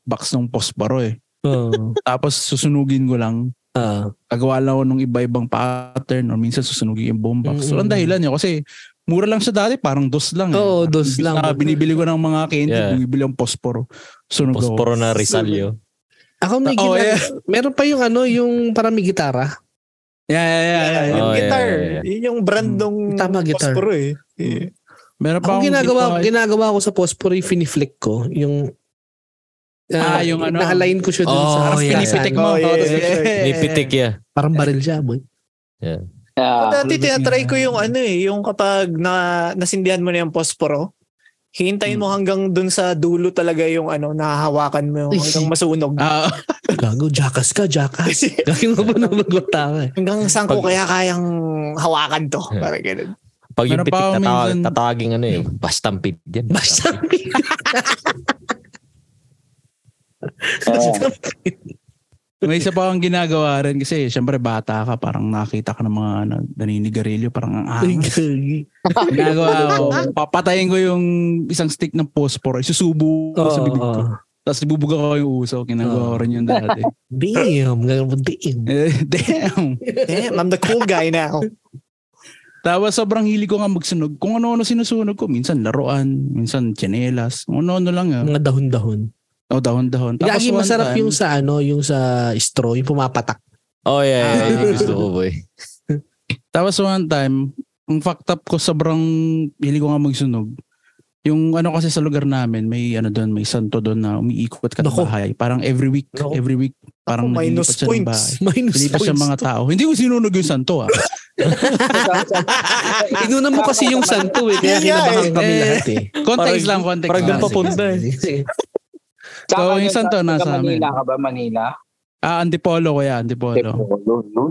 box ng posporo eh.
Oo.
Tapos susunugin ko lang.
Ah.
Gagawa lang ako ng iba-ibang pattern or minsan susunugin yung bomb box. So, ang
Mm-mm.
dahilan yun. Kasi mura lang siya dati. Parang dos lang. Eh.
Oo, dos
Imbis
lang.
na binibili ko ng mga candy,
Yeah.
bumibili ang posporo. Sunog ako.
Posporo na Rizal yun.
Ako may
Oh,
gitara. Meron pa yung ano, yung para may gitara.
Yeah, yeah, yeah. yeah, yeah.
yung
Oh, yeah,
guitar.
yeah, yeah.
Yun yung brand nung
Tama, guitar.
Prospero eh. Yeah.
Meron pa
Ako
akong
ginagawa,
ginawa-
ginagawa ko sa Pospore, finiflick ko. Yung,
Ah, yung ano.
Na-align ko siya dun
Oh,
sa harap.
yeah.
Pinipitik mo.
Oh, yeah,
tapos-
yeah,
Eh.
yeah.
Nipitik ya.
Parang baril siya, boy.
Ah,
Oh,
Yeah.
dati tinatry ko yung ano eh, yung kapag na, nasindihan mo na yung posporo, hihintayin
Hmm.
mo hanggang dun sa dulo talaga yung ano, nahahawakan mo yung
Ay,
hanggang masunog.
Ah,
Gago, jackass ka, jackass. Gagawin mo pa na magwata ka eh.
Hanggang saan ko
Pag-
kaya kayang hawakan to. Parang ganun.
Pag yung
Ano
Meron pa
pitik
ako
tatawa-
minsan-
tatawagin ano eh. Bastampid yan.
Basta
Yeah.
may isa pa akong ginagawa rin kasi syempre bata ka parang nakita ka ng mga ano, naninigarilyo parang ang angas. ginagawa ko papatayin ko yung isang stick ng phosphor isusubo ko sa bibig ko tapos ibubuga ko yung uso ginagawa ko rin yun dati
Damn, gagawin mo, damn.
Eh, damn
Damn, I'm the cool guy now.
Tapos sobrang hili ko nga magsunog. Kung ano-ano sinusunog ko. Minsan laruan, minsan tsinelas. Kung ano-ano lang. ah.
Mga dahon-dahon.
O dahon-dahon. Tapos
Gagi,
one
masarap
time-
yung sa ano, yung sa straw, yung pumapatak.
Oh yeah, yeah, yeah.
Ah.
Gusto ko boy.
Tapos one time, ang fucked up ko sobrang hili ko nga magsunog. Yung ano kasi sa lugar namin, may ano doon, may santo doon na umiikot ka ng
Nako.
bahay. Parang every week,
Nako.
every week, parang
Ako, minus
naglilipat siya ng
points.
bahay.
Minus
Nilipat siya
points.
ng mga tao. Hindi ko sinunog yung santo ah.
Inuna Eh, mo kasi yung santo eh, kaya
Yun nga
kinabahan
eh.
kami
Eh,
lahat eh. Ah,
Context lang, context
parang
lang.
doon papunta eh.
Sige.
So,
Saka
yung
yun,
santo
taga
nasa amin.
Manila ka ba, Manila?
Ah, Antipolo ko yan, Antipolo.
Tepolo, no?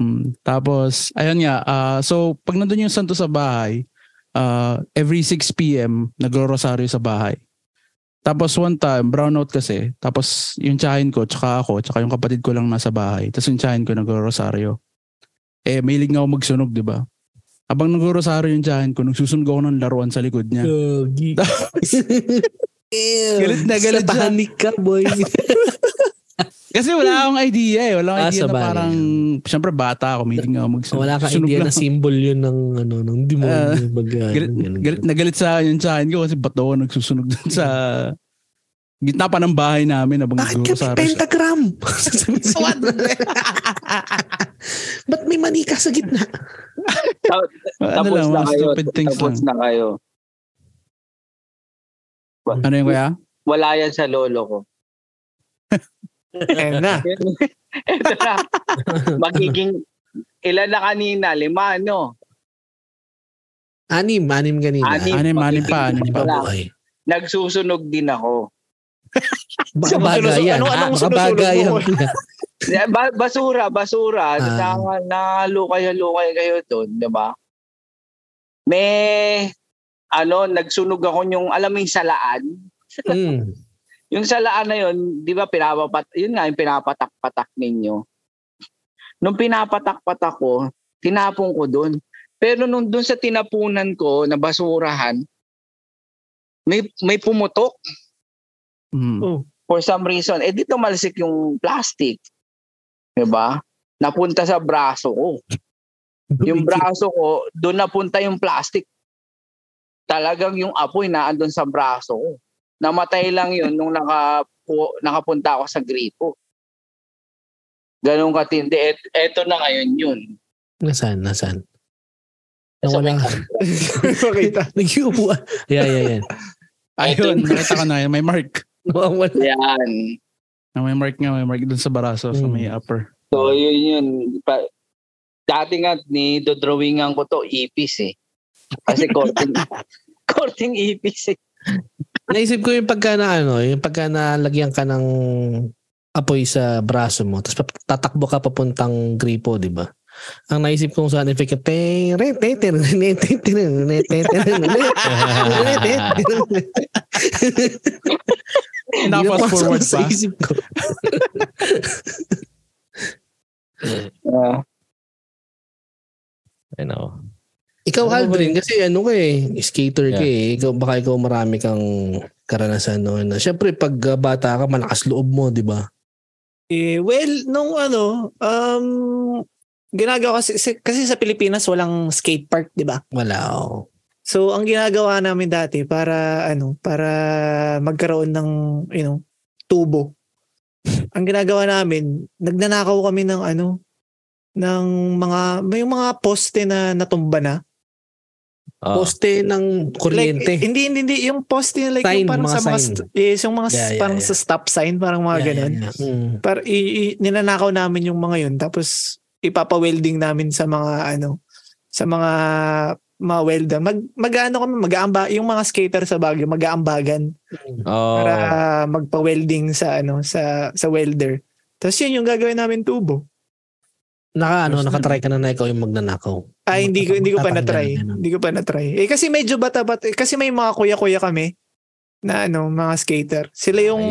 Mm, tapos, ayun nga, ah, so pag nandun yung santo sa bahay, ah, every 6pm, nagro-rosaryo sa bahay. Tapos one time, brownout kasi, tapos yung tsahin ko, tsaka ako, tsaka yung kapatid ko lang nasa bahay. Tapos yung tsahin ko nagro-rosaryo. Eh, mahilig nga ako magsunog, di ba? Habang nagro-rosaryo yung tsahin ko, nagsusunog ako ng laruan sa likod niya.
Gagi. Ew.
Galit na galit siya.
Satanic ka, boy.
Kasi wala akong idea eh. Wala akong
Ah,
idea
sa
na
bahay.
parang, syempre bata ako, mahilig nga ako magsunog.
Wala ka
Sunog
idea na
lang.
symbol yun ng ano ng demonyo. baga,
galit,
ano, ganun.
galit na galit sa akin yung tsahin ko kasi ba't daw ako nagsusunog dun sa gitna pa ng bahay namin habang
Bakit ka may
nagro-rosaryo siya.
pentagram? Sasabihin sa Ba't may manika sa gitna?
Ano lang, mga stupid things lang.
Tapos na kayo.
Ano yung kaya?
Wala yan sa lolo ko.
Ayan na.
Ito na. Magiging ilan na kanina? Lima, ano, no?
Anim, anim kanina.
Anim.
Anim, anim Ano pa, anim pa.
Wala.
Boy.
Nagsusunog din ako.
Baka
Anong
baga
sinusu-
yan.
ano, anong- anong
ah, Baka
sinusunog
baga
mo?
yan.
Eh, Ba- basura, basura.
Ah.
Uh, Nakalukay-lukay kayo doon, di ba? May, ano, nagsunog ako yung, alam mo yung salaan?
Mm.
Yung salaan na yun, di ba pinapapat, yun nga yung pinapatak-patak ninyo. Nung pinapatak-patak ko, tinapon ko doon. Pero nung doon sa tinapunan ko na basurahan, may, may pumutok
Mm.
for some reason. Eh di tumalsik yung plastic. Di ba? Napunta sa braso ko. Yung braso ko, doon napunta yung plastic. Talagang yung apoy na andun sa braso ko. Namatay lang yun nung naka, nakapunta ako sa gripo. Ganun katindi. Et, eto na ngayon yun.
Nasaan, nasaan?
So,
Nawala. ah.
Pakita.
Nag-iupuan. Yeah, yeah, yeah.
Ayun, nakita ko na yun. May mark.
Nawawala.
Yan.
Ah, May mark nga, may mark dun sa baraso, sa may upper.
So yun yun. Pa, dati nga, ni dodrawingan ko to, ipis eh. Kasi korting, korting ipis eh.
Naisip ko yung pagka na ano, yung pagka nalagyan ka ng apoy sa braso mo, tapos pap- tatakbo ka papuntang gripo, di ba? Ang naisip kong sound effect yung ting re te te re ne te te re ne te te re ne te te re. Hindi
Na-fast
napasok
forward
sa
pa.
isip ko.
Ah,
Ayun ako.
Ikaw, Aldrin, kasi ano ka eh, skater ka eh. Ikaw, baka ikaw marami kang karanasan noon. Siyempre, pag uh, bata ka, malakas loob mo, di ba?
Eh, well, nung ano, um, ginagawa kasi, kasi sa Pilipinas walang skate park, di ba?
Wala, oh.
So ang ginagawa namin dati para ano, para magkaroon ng you know, tubo. ang ginagawa namin, nagnanakaw kami ng ano, ng mga, may mga poste na natumba na.
Ah.
Poste ng
Like, eh,
kuryente.
hindi, hindi, hindi. Yung poste na like,
Sign,
yung parang
mga
sa mga,
sign.
st- yes, yung mga, s-
Yeah, yeah,
parang
yeah.
sa stop sign, parang mga
Yeah,
ganun. Hmm.
yeah, yeah. Mm.
Par, i, i- ninanakaw namin yung mga yun. Tapos, ipapa-welding namin sa mga, ano, sa mga, mga welder. Mag, mag-ano kami, mag-aamba, yung mga skater sa Baguio, mag-aambagan
Oh.
para ah, magpa-welding sa, ano, sa, sa welder. Tapos yun yung gagawin namin tubo.
Naka, ano, nakatry ka na na ikaw yung magnanakaw.
Ay, Ah, hindi ko hindi ko pa na-try.
Tatanggalin, ano.
Hindi ko pa na-try. Eh kasi medyo bata-bata eh, kasi may mga kuya-kuya kami na ano, mga skater. Sila yung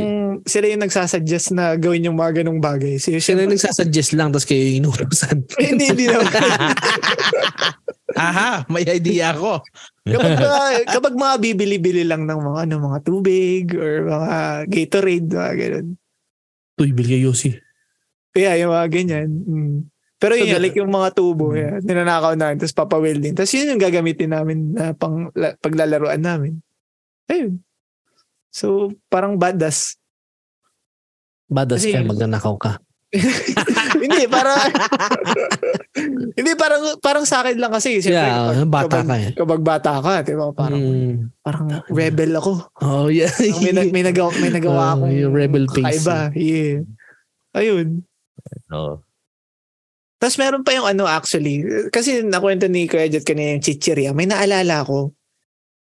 sila yung nagsasuggest na gawin yung mga ganung bagay. So,
Siya na
syempre-
yung nagsasuggest lang, tapos kayo yung inurusan.
hindi hindi naman.
Aha, may idea ako.
kapag mga, kapag mga bibili-bili lang ng mga ano, mga tubig or mga Gatorade, mga ganun.
Uy, Bilya Yossi.
Kaya yung mga ganyan. Mm. Pero yun,
So, Mm.
like yung mga tubo, yeah, ninanakaw namin, tapos papawelding. Tapos yun yung gagamitin namin na pang, la- paglalaroan namin. Ayun. So, parang badass.
Badass
Kasi-
ka, magnanakaw ka.
hindi, parang... hindi, parang, parang sa akin lang kasi. Siyempre,
Yeah,
kapag-
bata
kapag-
ka eh.
Kapag bata ka, di ba? Parang,
Mm.
parang rebel ako.
Oh, yeah.
Parang may, na- may, nagawa, may nagawa
Oh,
akong
yung rebel eh. phase.
kakaiba. Yeah. Ayun.
No.
Tapos meron pa yung ano actually, kasi nakwento ni Kuya Jet kanina yung chichirya. May naalala ko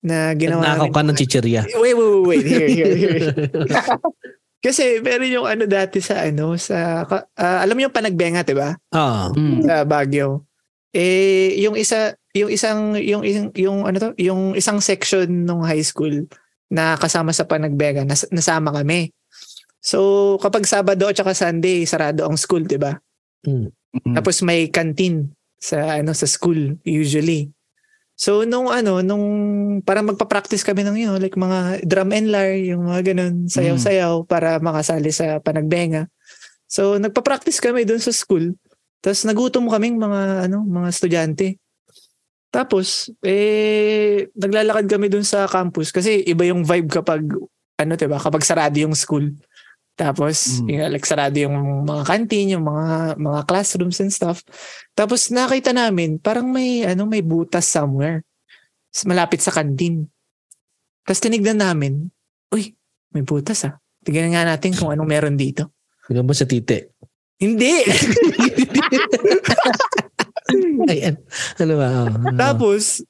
na ginawa
Nagnakaw ka ng chichirya.
Wait, wait, wait, wait. Here, here, here. kasi meron yung ano dati sa ano, sa, ka- ah, alam mo yung panagbenga, di ba?
Ah.
Mm.
Sa Baguio. Eh, yung isa, yung isang, yung, yung, yung ano to, yung isang section nung high school na kasama sa panagbenga, nas, nasama kami. So, kapag Sabado at saka Sunday, sarado ang school, di ba?
Mm.
Tapos may canteen sa ano sa school usually. So nung ano nung para magpa-practice kami ng yun like mga drum and lyre yung mga ganun sayaw-sayaw para makasali sa panagbenga. So nagpa-practice kami doon sa school. Tapos nagutom kaming mga ano mga estudyante. Tapos eh naglalakad kami doon sa campus kasi iba yung vibe kapag ano 'di ba kapag sarado yung school. Tapos,
Mm.
yung, like, sarado yung mga canteen, yung mga, mga classrooms and stuff. Tapos, nakita namin, parang may, ano, may butas somewhere. S- Malapit sa canteen. Tapos, tinignan namin, uy, may butas ah. Tignan nga natin kung anong meron dito.
Ikaw ba sa titi?
Hindi!
Ay, an- ano ba? Oh, ano?
Tapos,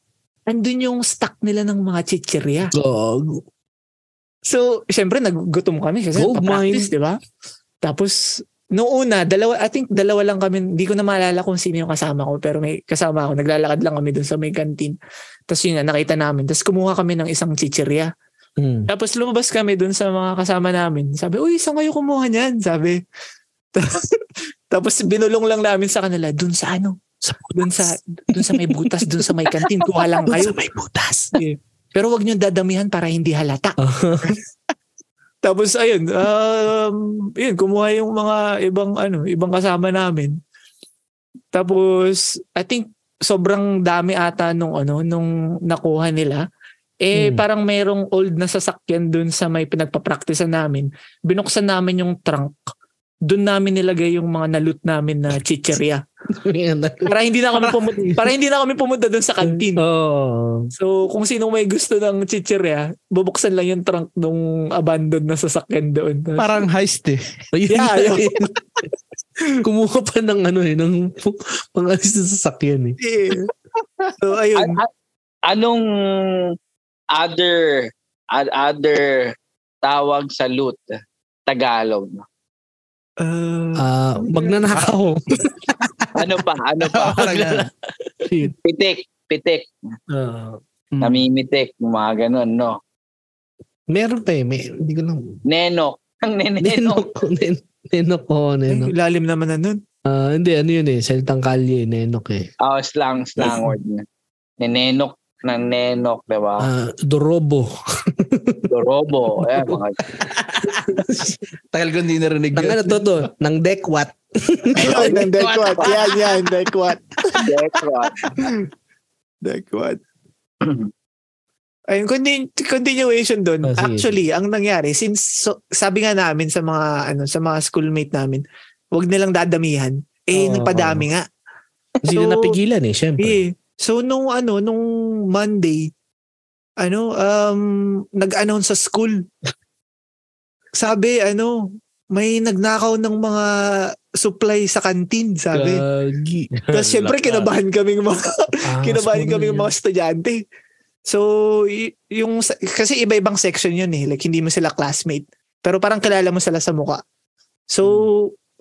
andun yung stock nila ng mga chichirya.
Gog.
So, syempre, naggutom kami kasi
Gold
pa-practice, di ba? Tapos, noong una, dalawa, I think dalawa lang kami, hindi ko na maalala kung sino yung kasama ko, pero may kasama ako, naglalakad lang kami dun sa may canteen. Tapos yun nga, nakita namin. Tapos kumuha kami ng isang chichirya.
Mm.
Tapos lumabas kami dun sa mga kasama namin. Sabi, uy, saan kayo kumuha niyan? Sabi. Tapos- Tapos binulong lang namin sa kanila, dun sa ano?
Sa
Dun sa, dun sa may butas, dun sa may canteen. Kuha lang kayo.
may butas.
Pero wag niyong dadamihan para hindi halata. Tapos ayun, um, yun, kumuha yung mga ibang ano, ibang kasama namin. Tapos I think sobrang dami ata nung ano nung nakuha nila. Eh
Hmm.
parang mayroong old na sasakyan dun sa may pinagpapraktisan namin. Binuksan namin yung trunk. Doon namin nilagay yung mga nalut namin na chichirya. Para hindi na kami pumunta, para hindi na kami pumunta doon sa canteen.
Oh.
So, kung sino may gusto ng chichirya, bubuksan lang yung trunk nung abandoned na sasakyan doon.
Parang heist eh.
Ayun
Yeah,
na
yun.
yun. Kumuha pa ng ano eh, ng pangalis ng sasakyan eh.
Eh. so, ayun.
An- an- anong other ad- other tawag sa loot? Tagalog.
Uh,
Ah, magnanakaw.
Ano pa? Ano pa?
Parang ganun.
Shit.
pitik, pitik,
Ah,
Mm.
namimitik, mga ganun, no?
meron pa eh, may, hindi ko lang.
Nenok. Ang nenenok.
Nenok, nen- nenok ko, nenok.
ay, eh, lalim naman na nun.
Ah, hindi, ano yun eh, salitang kalye, nenok eh.
Oh, slang, slang word na. Nenenok ng nenok, di ba?
Ah, dorobo.
Dorobo. Eh, mga
Tagal ko hindi narinig
Nang ano
yun.
to to, nang dekwat.
ayun, ang dekwat. Yan, yan, dekwat.
dekwa.
Dekwat. Ayun, continu- continuation doon.
Oh, sige,
Actually, ang nangyari, since so- sabi nga namin sa mga ano sa mga schoolmate namin, wag nilang dadamihan. Eh,
Oo.
nagpadami nga.
Hindi
So,
na napigilan eh, syempre.
Eh, so nung ano, nung Monday, ano, um, nag-announce sa school. Sabi, ano, may nagnakaw ng mga supply sa canteen, sabi.
Gagi.
Tapos syempre kinabahan kaming mga,
Ah,
kinabahan
siguro
kaming
yun.
mga estudyante. So, y- yung, sa- kasi iba-ibang section yun eh. Like, hindi mo sila classmate. Pero parang kilala mo sila sa muka. So,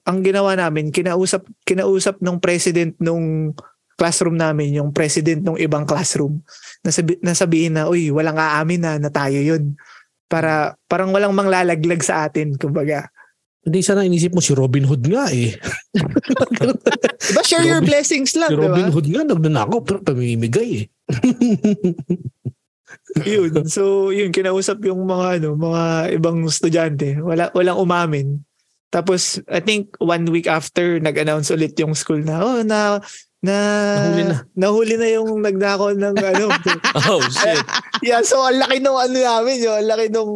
ang ginawa namin, kinausap, kinausap ng president nung classroom namin, yung president ng ibang classroom, nasabi, nasabihin na, uy, walang aamin na, na tayo yun. Para, parang walang manglalaglag sa atin, kumbaga.
Hindi sana inisip mo si Robin Hood nga eh.
Diba, share your blessings lang,
Si
diba?
Robin Hood nga nagnanakaw pero pamimigay eh.
yun. So, yun, kinausap yung mga, ano, mga ibang estudyante. Wala, walang umamin. Tapos, I think, one week after, nag-announce ulit yung school na, oh, na, na,
Nahuli na.
nahuli na yung nagnakaw ng, ano.
Oh, shit.
yeah, so, ang laki nung, ano namin, yun, ang laki nung,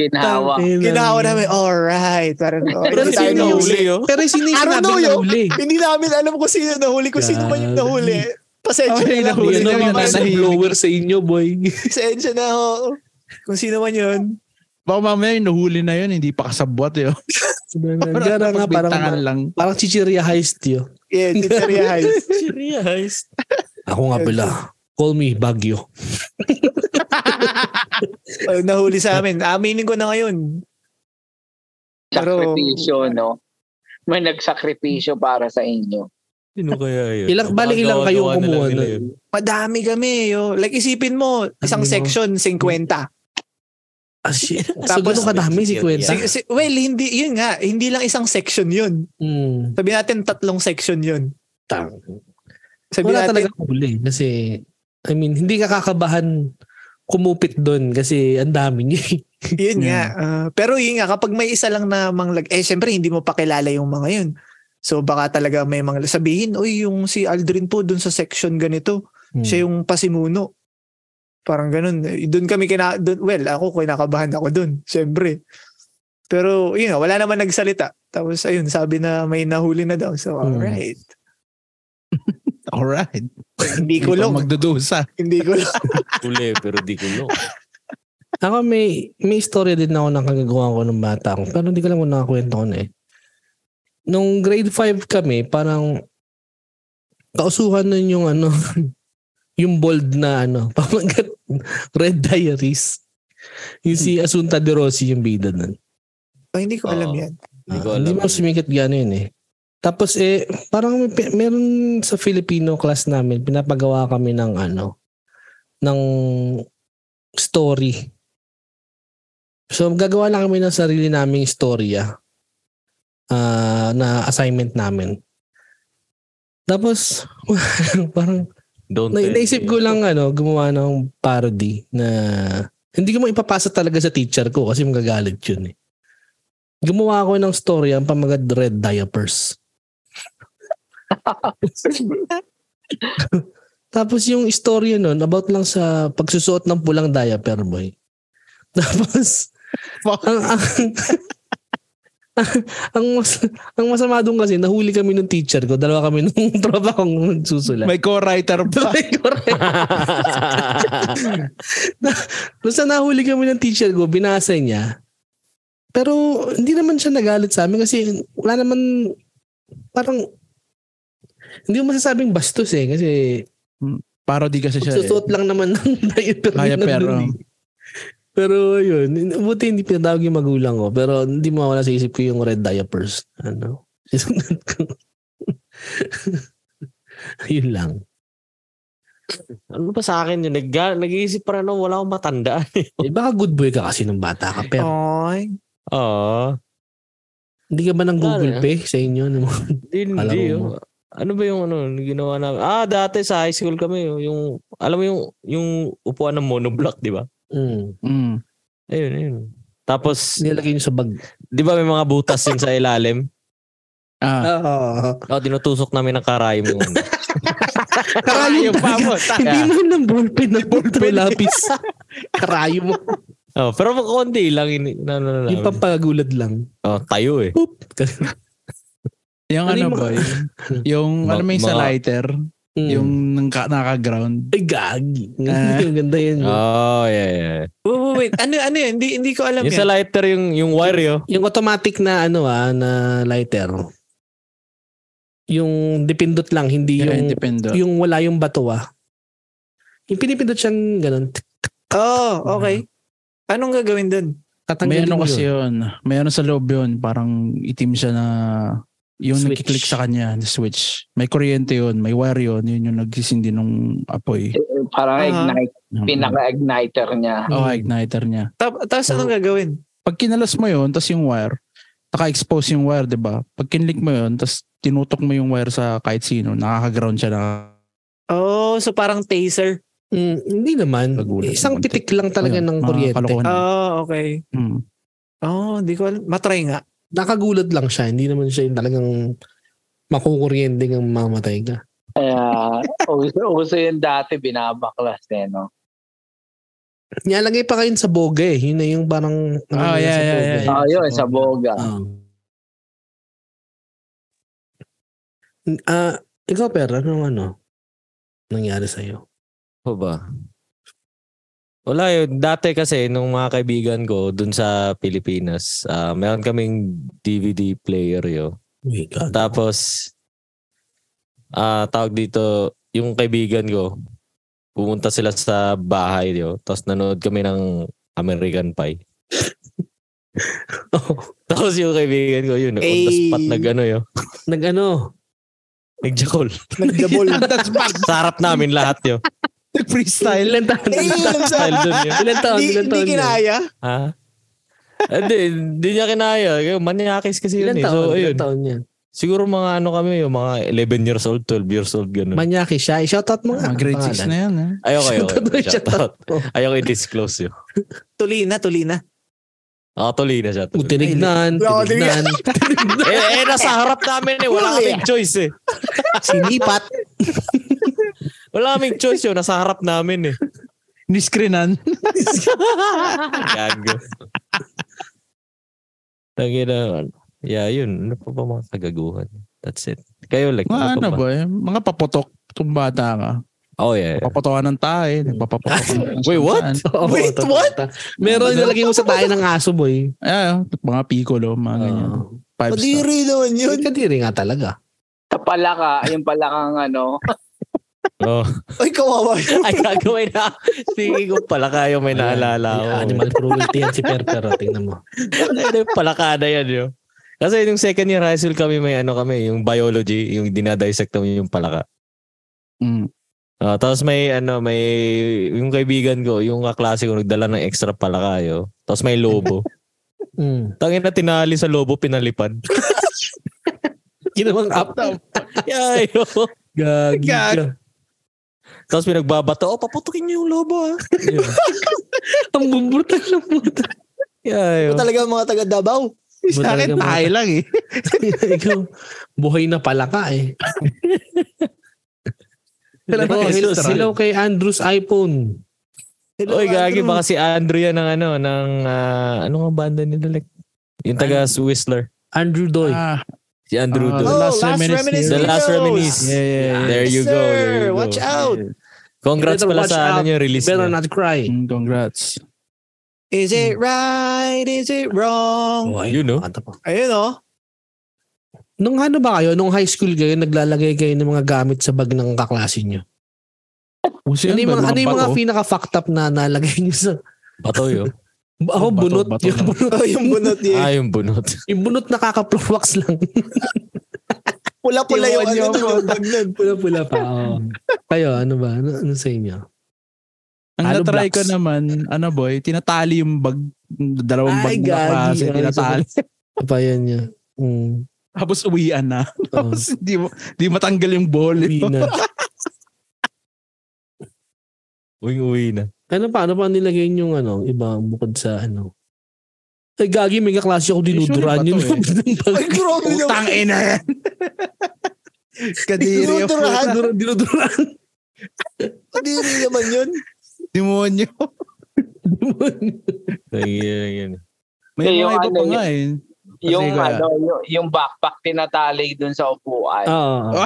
Ginawa.
ginawa namin, alright, parang, oh,
Pero
hindi tayo
sino yung
nahuli.
Pero sino yung
I don't know,
sinabing
yo.
nahuli?
Hindi namin alam kung sino nahuli, kung sino man yung nahuli. Pasensya
Okay,
na lang.
nahuli
Hindi
na,
namin
nasa
alam.
Ano blower sa inyo, boy.
Pasensya na, oo. Kung sino man yun.
Baka mamaya yung nahuli na yun, hindi pa kasabwat eh. yun.
Gara ano nga, parang,
Pagbintangan lang.
parang chichiria heist yun.
Yeah, Pizzeria Heist.
Serious.
Ako nga pala. Call me Baguio.
Oh, nahuli sa amin. Aminin ko na ngayon. Pero-
Sakripisyo, no? May nagsakripisyo para sa inyo.
Sino kaya yun?
Ilang- bali,
Baka
ilang kayong
gawa-gawa na lang
kumuha
nila
nun?
yun.
eh.
Madami kami. Yo. Like isipin mo, isang
Ano?
section, 50.
Ah, shit. So,
Tapos-
ganun kadami si Kwenta.
Si- si- well, hindi, yun nga, hindi lang isang section yun.
Mm,
Sabi natin tatlong section yun.
tang.
Sabi
Wala
natin,
talaga huli. Kasi, I mean, hindi ka kakabahan kumupit doon kasi ang dami niya. eh.
yun nga. Ah, pero yun nga, kapag may isa lang na manglag, eh syempre hindi mo pakilala yung mga yun. So baka talaga may mga sabihin, uy, yung si Aldrin po dun sa section ganito.
Hmm.
Siya yung pasimuno. Parang ganun. Eh, Doon kami kina... Doon, well, ako kinakabahan ako doon. Siyempre. Pero, yun know, wala naman nagsalita. Tapos, ayun, sabi na may nahuli na daw. So,
Hmm.
alright.
Alright.
Hindi ko lang.
Magdudusa.
Hindi ko lang.
Uli, pero di ko no.
Ako may may story din ako ng kagagawa ko ng bata ko. Pero hindi ko lang kung nakakwento ko na eh. Nung grade 5 kami, parang kausuhan nun yung ano, yung bold na ano, pamagat Red Diaries. Yung si Asunta de Rossi yung bida nun.
Oh, hindi ko alam
Oo.
yan.
Hindi ko
Ah,
alam.
Hindi mo sumikat gano'n yun eh. Tapos eh, parang may pi- meron sa Filipino class namin, pinapagawa kami ng ano, ng story. So, gagawa lang kami ng sarili naming storya ah, na assignment namin. Tapos, parang
Don't
na,
tell
naisip
me.
ko lang ano, gumawa ng parody na hindi ko maipapasa talaga sa teacher ko kasi magagalit yun eh. Gumawa ako ng story ang pamagat red diapers. Tapos yung story nun, about lang sa pagsusuot ng pulang diaper boy. Tapos, ang, ang, ang, mas, ang masama doon kasi, nahuli kami ng teacher ko. Dalawa kami nung tropa kong nagsusulat.
May co-writer pa.
Correct. Basta nahuli kami ng teacher ko, binasa niya. Pero hindi naman siya nagalit sa amin kasi wala naman, parang, hindi mo masasabing bastos eh. Kasi
Parody kasi siya. Eh.
susuot lang naman ng diaper.
Kaya
na
pero.
nun eh. Pero yun, buti hindi pinatawag yung magulang ko. Pero hindi mawala sa isip ko yung red diapers. Ano? Sinulat ko. yun lang.
Ano ba sa akin yun? Nag, nag-iisip pa rin, no, wala akong matandaan.
Eh, baka good boy ka kasi nung bata ka. Pero
Oy.
Oo.
Hindi ka ba ng Google
Wala.
Pay sa inyo? Ano mo?
Hindi,
Alam
hindi.
mo.
oh. Ano ba yung ano, ginawa namin? Ah, dati sa high school kami, oh, yung, alam mo yung, yung upuan ng monoblock, di ba?
Mm.
Mm.
Ayun, ayun. Tapos,
Nilagay nyo sa bag.
di ba may mga butas yun sa ilalim?
Ah.
Oo.
Oh, tinutusok namin ng karayom yung ano.
Karayo pa mo. Hindi mo ng ballpen ng ballpen lapis. Karayo mo.
Oh, pero ano, konti lang. In, na, na, na,
Yung pampagulad lang.
oh, tayo eh.
Poop.
Yung
Ano
ano,
yung mga-
boy? Yung,
Mga-
ano may sa
mga-
lighter?
Mm.
Yung nangka- naka-ground?
Ay, gagi.
Ah.
Ang ganda yun. bro.
Oh, yeah, yeah.
Wait, wait, wait. Ano, ano yun? Hindi, hindi ko alam
Yung sa
yan.
lighter, yung, yung wire, oh. yun.
Yung automatic na ano ah, na lighter. Yung dipindot lang, hindi
Yung,
yung
depende.
yung wala yung bato ah. Yung pinipindot siyang ganun. t-
Oh, okay. Anong gagawin dun?
May
Tatanggalin
ano
mo
kasi
yun.
yun. May ano sa loob yun. Parang itim siya na yung
Switch.
nagkiklik sa kanya, the switch. May kuryente yun, may wire yun, yun yung nagsisindi nung apoy.
Parang
Ah.
ignite,
Mm.
pinaka-igniter niya.
Oh, igniter niya.
Ta- tapos anong gagawin?
Pag kinalas mo yun, tas yung wire, naka-expose yung wire, di ba? Pag kinlik mo yun, tas tinutok mo yung wire sa kahit sino, nakaka-ground siya na
Oh, so parang taser.
Mm, hindi naman.
Nagulat
Isang
ng konti.
pitik lang talaga ng kuryente.
Hmm. Ah,
Oh, okay.
Hmm.
Oh, di ko alam. Matry nga.
Nakagulat lang siya. Hindi naman siya yung talagang makukuryente kang mamatay ka.
Kaya, Ah, uso, uso yun dati, binabaklas eh, no?
Nilalagay pa kayo sa boga eh. Yun na yung parang... ano
Ah, yeah,
na
yeah,
sa boga.
yeah, yeah.
Oo, yun, sa boga.
Ah. Ah, ikaw per, ano ano? Nangyari sa'yo?
Ano ba? Wala yun. Dati kasi, nung mga kaibigan ko dun sa Pilipinas, ah meron kaming DVD player yun.
Oh my God.
Tapos, ah tawag dito, yung kaibigan ko, pumunta sila sa bahay niyo, tapos nanood kami ng American Pie. Tapos yung kaibigan ko, yun, on the
Ay.
spot nag ano yun,
Nag-ano?
nagjakol.
Nag-double.
sa harap namin lahat yun.
Freestyle. Ilan taon?
Style dun yun.
Ilan taon?
Hindi,
Ilan
hindi
taon? yun?
kinaya.
Ha? Hindi, hindi niya kinaya. Maniakis kasi yun.
Ilan
eh.
taon?
So,
Ilan
ayun.
taon yan?
Siguro mga ano kami, yung mga 11 years old, 12 years old, ganun.
Manyaki siya. Eh, Shoutout mo nga.
Mga grade 6 na yan. Ha?
Ayoko, ayoko.
Shoutout mo,
Shout
shoutout
out. Ayoko i-disclose yun.
Tuli na, tuli na.
Ah, tuloy na siya. tuloy.
Utinignan.
Oo,
Tinignan.
eh, eh, nasa harap namin eh. Wala kaming choice eh.
Sinipat.
Wala kaming choice yun. Nasa harap namin eh.
Niskrinan.
Gago. Tagi naman. Yeah, yun. Ano pa ba mga kagaguhan? That's it. Kayo, like,
Mga ano
ano pa ba?
ba eh, Mga papotok. Itong bata ka.
Oh, yeah. yeah.
Papotokan ng tae. Nagpapapotokan.
Wait, what?
Oo,
Wait,
totoo.
what?
Meron nilagay mo sa tayo ng aso, boy.
Ah, mga piccolo,
Ah.
mga ganyan.
Oo.
Five star.
Kadiri naman yun.
Yun, Ah. kadiri nga talaga.
Sa palaka, yung palakang ano,
Oh.
Ay, kawawa.
Ay, gagawin na. Sige ko pala kayo may
Ayan,
naalala ko.
Animal cruelty yan si Perpero. Tingnan mo.
Ano yung palakada yan yun. Kasi nung second year high school kami, may ano kami, yung biology, yung dinadissect kami yung palaka.
Mm.
Ah, tapos may ano, may yung kaibigan ko, yung kaklase ko nagdala ng extra palaka yo. Tapos may lobo.
Mm.
Tangin na tinali sa lobo pinalipad.
Ginawang up down.
Yay.
Gag.
Gagi. ka.
tapos pinagbabato, oh, paputukin niyo yung lobo ah.
Ang bumbutan ng puta.
Yay.
Ito talaga ang mga taga Davao.
Sa akin, tayo
lang eh.
Ikaw, buhay na pala ka eh.
Sila
Oh,
mga
hello,
extra.
hello kay Andrew's iPhone.
Oy, gagi baka si Andrew yan ng ano, ng ah, ano nga banda nila like yung taga Whistler.
Andrew Doy.
Ah,
Si Andrew
Ah, Oh,
Doy.
The
Oh,
Last
last, last
Reminisce
reminisce.
Videos.
The last
videos.
reminisce.
yeah, yeah, yeah.
There you
Yes,
go.
sir.
There you go.
Watch out.
Congrats
Better
pala
watch
sa ano
out.
niyo release
Better
niya.
not cry.
Mm, Congrats.
Is it right? Is it wrong?
Okay.
You know.
Kanta Ano pa.
Ayun oh.
Nung ano ba kayo, nung high school kayo, naglalagay kayo ng mga gamit sa bag ng kaklase nyo.
Uso
Ano
yun
yung
ba? oh.
mga, ano yung mga
bato?
pinaka-fucked up na nalagay nyo sa...
Bato yun.
Ako,
Bato,
bunot.
bato
yung,
lang.
bunot
Oh, yung bunot niya.
oh. Ah, yung bunot.
yung bunot nakaka-floorwax lang.
Pula-pula yung ano nun, yung bag nun.
Pula-pula pa. oo. kayo, ano ba? Ano, ano sa inyo?
Ang
Halo
natry ko
blocks.
naman, ano boy, tinatali yung bag, dalawang bag
Ay,
na
gagi. Ano
klase,
Ay,
tinatali.
Ano Pa yan Oh, yun. Mm.
Tapos uwian na.
Oo.
Tapos di, mo- di matanggal yung ball.
Uwi na.
Uwing uwi na.
Ano pa? Ano pa nilagay yung ano? Iba bukod sa ano? Ay, gagi, may kaklase ako dinuduran
Usually
yun.
bato eh.
Ay, grabe yung
Utang ina yan. Kadiri yung
Tinuturahan.
puta.
Dinuduran, dinuduran.
kadiri naman yun.
Demonyo.
Ayun, yun, yun.
May
Eh,
mga
yung
iba
ano
pa
yun.
nga eh.
yung
Sige, kuya.
ano, yung, yung backpack tinatali dun sa upuan.
Oo.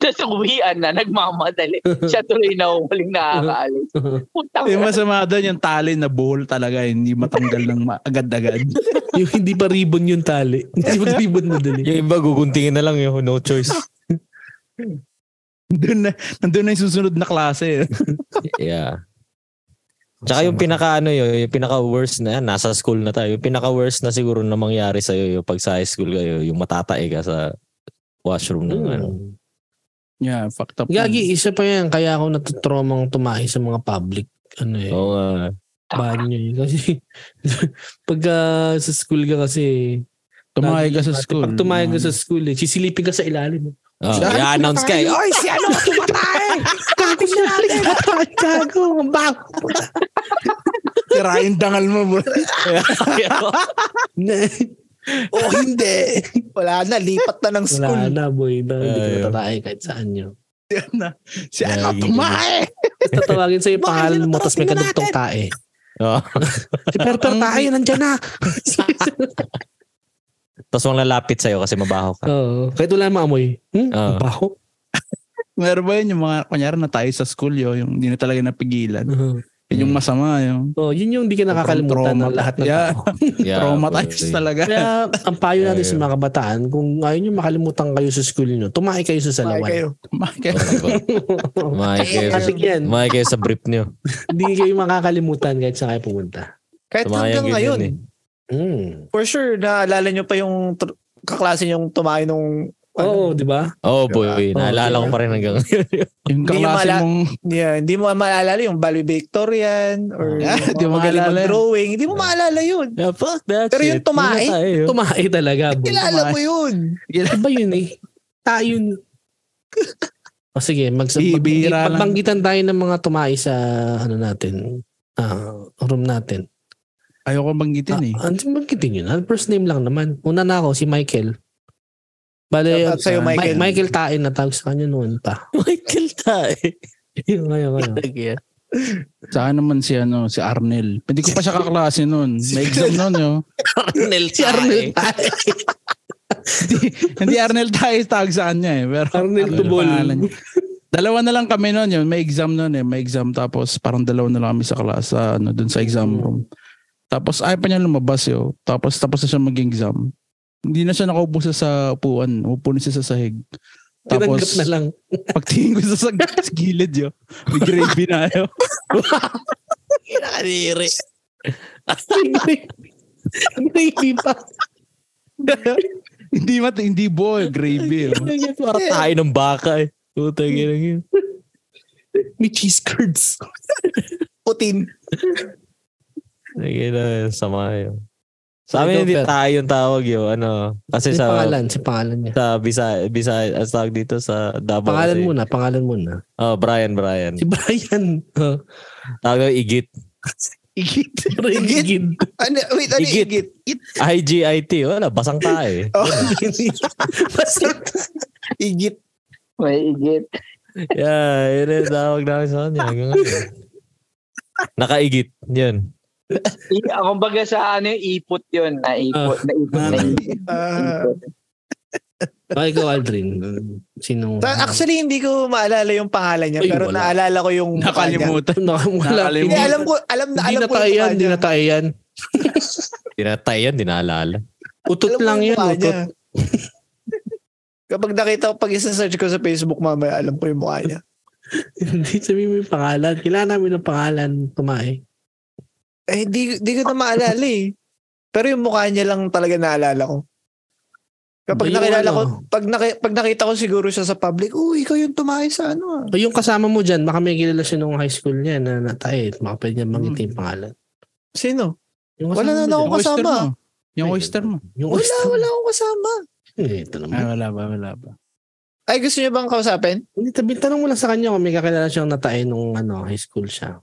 Tapos uwian na, nagmamadali. Siya tuloy na huling nakakaalis. Putang
Yung masama doon, yung tali na buhol talaga, hindi matanggal ng ma- agad-agad.
yung hindi pa ribbon yung tali. Hindi pa ribbon madali.
Yung iba, guguntingin na lang yun. No choice.
Doon na, nandun na yung susunod na klase.
yeah. Tsaka yung pinaka ano yun, yung pinaka worst na yan, nasa school na tayo. Yung pinaka worst na siguro na mangyari sa yung pag sa high school kayo, yung matatae ka sa washroom ng ano.
Hmm.
yeah, fucked up.
Gagi, isa pa yan. Kaya ako natutromang tumahi sa mga public ano eh,
Oo ah. nga.
banyo eh. Kasi pag ah, sa school ka kasi
Tumahay ka sa
Dati,
school.
Pag tumahay ka sa school, eh, sisilipin ka sa ilalim.
Oh, i-announce ka. eh, Oy, si ano, tumatay!
Gago siya natin! Gago! Ang bago!
Tirahin dangal mo, bro.
oh, hindi!
Wala na, lipat na ng
Wala
school.
na, boy. Na,
Eh.
hindi ka
Ayaw.
matatay kahit saan nyo.
Si ano, tumahay!
Tapos Eh, tatawagin sa'yo yung
Bakit
pangalan mo,
sinatapos
tapos may
na
kadugtong
natin?
tae.
Ah.
Oh.
Si Perper tae, nandyan na!
Tapos walang lalapit sa'yo kasi mabaho ka.
Oo. Kahit wala maamoy. Hmm?
Ah.
Oo.
Baho?
Meron ba yun yung mga, kunyari na tayo sa school yo, yung hindi na talaga napigilan. Yun yung masama, yung
Oh, yun yung hindi ka Hmm. nakakalimutan ng lahat ng
yeah,
tao.
Yeah,
traumatized
boy.
talaga.
Kaya ang payo natin
Ayaw.
sa mga kabataan, kung ayaw nyo makalimutan kayo sa school nyo, tumae kayo sa
Tumahay
salawan.
kayo.
Tumahay.
Oo, diba? Mahal kayo sa-
Kasi yan,
mahal kayo sa brief nyo.
hindi kayo makakalimutan kahit saan kayo pumunta.
Kahit
Tumayan
hanggang
ganyan
ngayon,
eh.
Hmm.
for sure, naalala nyo pa yung tr- kaklase yung tumayo nung ano,
Oo, di ba?
Oo,
Oo,
boy. Naalala ko pa rin hanggang
Yung
Hindi
kaklase
mala-
mong
Yeah, hindi mo maalala yung Bali Victorian or
Ah,
hindi
di
mo
mo maalala.
drawing Hindi mo maalala yun.
Yeah, fuck that
Pero yung
shit.
tumae?
Yun na tayo.
Tumae talaga. boy.
Kilala mo yun.
Iba yun eh. Tayo yun. o sige, mags- magbanggit,
Bibira lang.
magbanggitan tayo ng mga tumae sa ano natin, ah, room natin.
ayoko banggitin eh.
Ah, ano, magkitin yun? Ah, First name lang naman. Una na ako, si Michael. Bale,
Shoutout sa'yo,
Ma-
Michael.
Michael Tain na tawag sa kanya noon pa.
Michael tayo.
Yun, ngayon, ngayon.
Sa akin naman si ano, si Arnel. Hindi ko pa siya kaklase noon. May exam noon yo.
Arnel
Si Arnel Tain.
Hindi Arnel tayo tag sa kanya eh. Pero
Arnel
Arnel
Tubol.
pangalan niya. Dalawa na lang kami noon yun. May exam noon eh. May exam tapos parang dalawa na lang kami sa class sa ano dun sa exam room. Tapos ayaw pa niya lumabas yo. Tapos tapos na siya mag-exam. Hindi na siya nakaupo sa, sa upuan. Upo na siya sa sahig. Tapos
Tinanggap na lang.
pagtingin ko sa, sag- sa gilid yo. May gravy na yo.
Kinakadiri.
Gravy pa.
hindi mat hindi boy gravy yo.
Para tayo ng baka eh. Puta,
Hmm.
ginang yun.
May cheese curds.
Putin.
Sige na, sama yun.
Ay,
Sa amin, hindi
Doper.
tayo yung tawag yun. Ano, kasi
Si
sa,
pangalan, si pangalan niya.
sa Bisa, Bisa, as tawag dito sa Davao.
Pangalan
kasi-
muna, pangalan muna.
Oh, Brian, Brian.
Si Brian. Oh.
Tawag na Igit.
Rigid.
Ano, wait, ano
Igit.
igit? Oh.
IGIT. Wala, basang tayo eh.
Igit.
May igit.
yeah, yun yung tawag namin sa kanya. Hanggang ngayon. Nakaigit. Yun.
I- Kumbaga sa ano yung ipot yun. Naipot, naipot, naipot.
Ah,
Ay, ikaw, Aldrin. Sino?
ta- actually, hindi ko maalala yung pangalan niya,
Ay,
pero
wala.
naalala ko yung mukha niya.
Nakalimutan.
Nakamula.
Nakalimutan.
Hindi, alam ko, alam na,
Hindi
alam
na
ko
tayo
yung
yan,
mukha
hindi
niya.
na tayo yan.
Tinatay yan, dinaalala.
Utot
Alam ko
lang
yung
yan, oh.
mukha
utot.
niya. Kapag nakita ko, pag isa-search ko sa Facebook mamaya, alam ko yung mukha niya.
Hindi, sabihin mo yung pangalan. Kailangan namin ng pangalan tumae.
Eh, di, di ko na maalala eh. Pero yung mukha niya lang talaga naalala ko. Kapag
Ba, yung
nakilala
ano?
ko, pag, naki- pag nakita ko siguro siya sa public, uy, ikaw yung tumahay sa ano ah.
O yung kasama mo dyan, baka may kilala siya nung high school niya na natae. at Baka pwede niya mangitin yung pangalan.
Sino?
Yung
Wala
kasama
na
mo
ako
dyan.
kasama.
mo. Yung
Ay,
oyster mo.
Yung
Wala, wala akong kasama.
Eh, Ito naman.
Ay, wala ba, wala ba.
Ay, gusto niyo bang kausapin?
Hindi, tabi, tanong mo lang sa kanya kung may kakilala siyang natae nung ano, high school siya.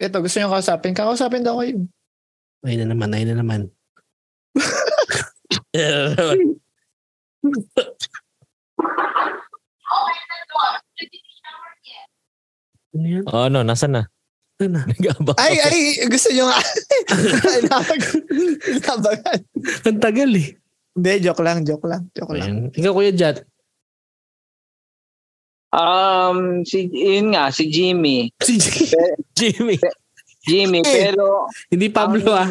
Ito, gusto niyo kausapin? Kakausapin daw kayo.
Ayun na naman, ayun na naman. ano yan?
Oh, ano, nasa na?
Ano na?
Nag-aabang
Ay,
ako.
ay, gusto nyo nga. Ay, nakapag- Nabagal.
Ang tagal eh.
Hindi, joke lang, joke lang, joke lang.
Ayan. Ikaw Kuya Jat.
Um, si, yun nga, si Jimmy.
Si
Jimmy.
Jimmy, pero um,
Hindi Pablo ah.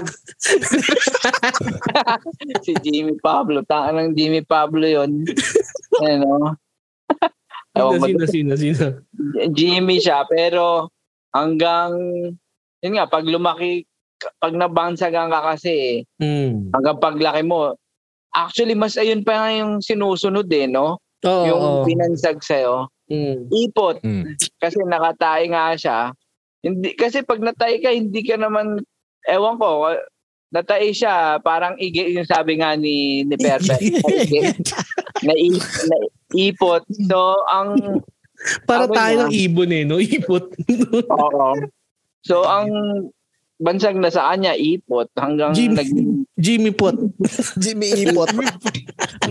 si Jimmy Pablo, tangan ng Jimmy Pablo yun. ano? Ewan ko,
Sino, sino, sino?
Jimmy siya, pero hanggang, yun nga, pag lumaki, pag nabansagan ka kasi, eh,
Hmm.
hanggang paglaki mo, actually, mas ayun pa nga yung sinusunod eh, no?
Oo.
yung
oo.
pinansag sa'yo.
Hmm.
Ipot,
Mm.
kasi nakatay nga siya. Hindi, kasi pag natay ka, hindi ka naman, ewan ko, natay siya, parang igi, yung sabi nga ni, ni Perfect. na, na, ipot. So, ang
Para
Tama
tayo
yan.
ng ibon eh, no? Ipot.
Oo. So, ang bansag na sa kanya, ipot, hanggang
Jimmy.
naging
Jimmy Pot.
Jimmy Ipot.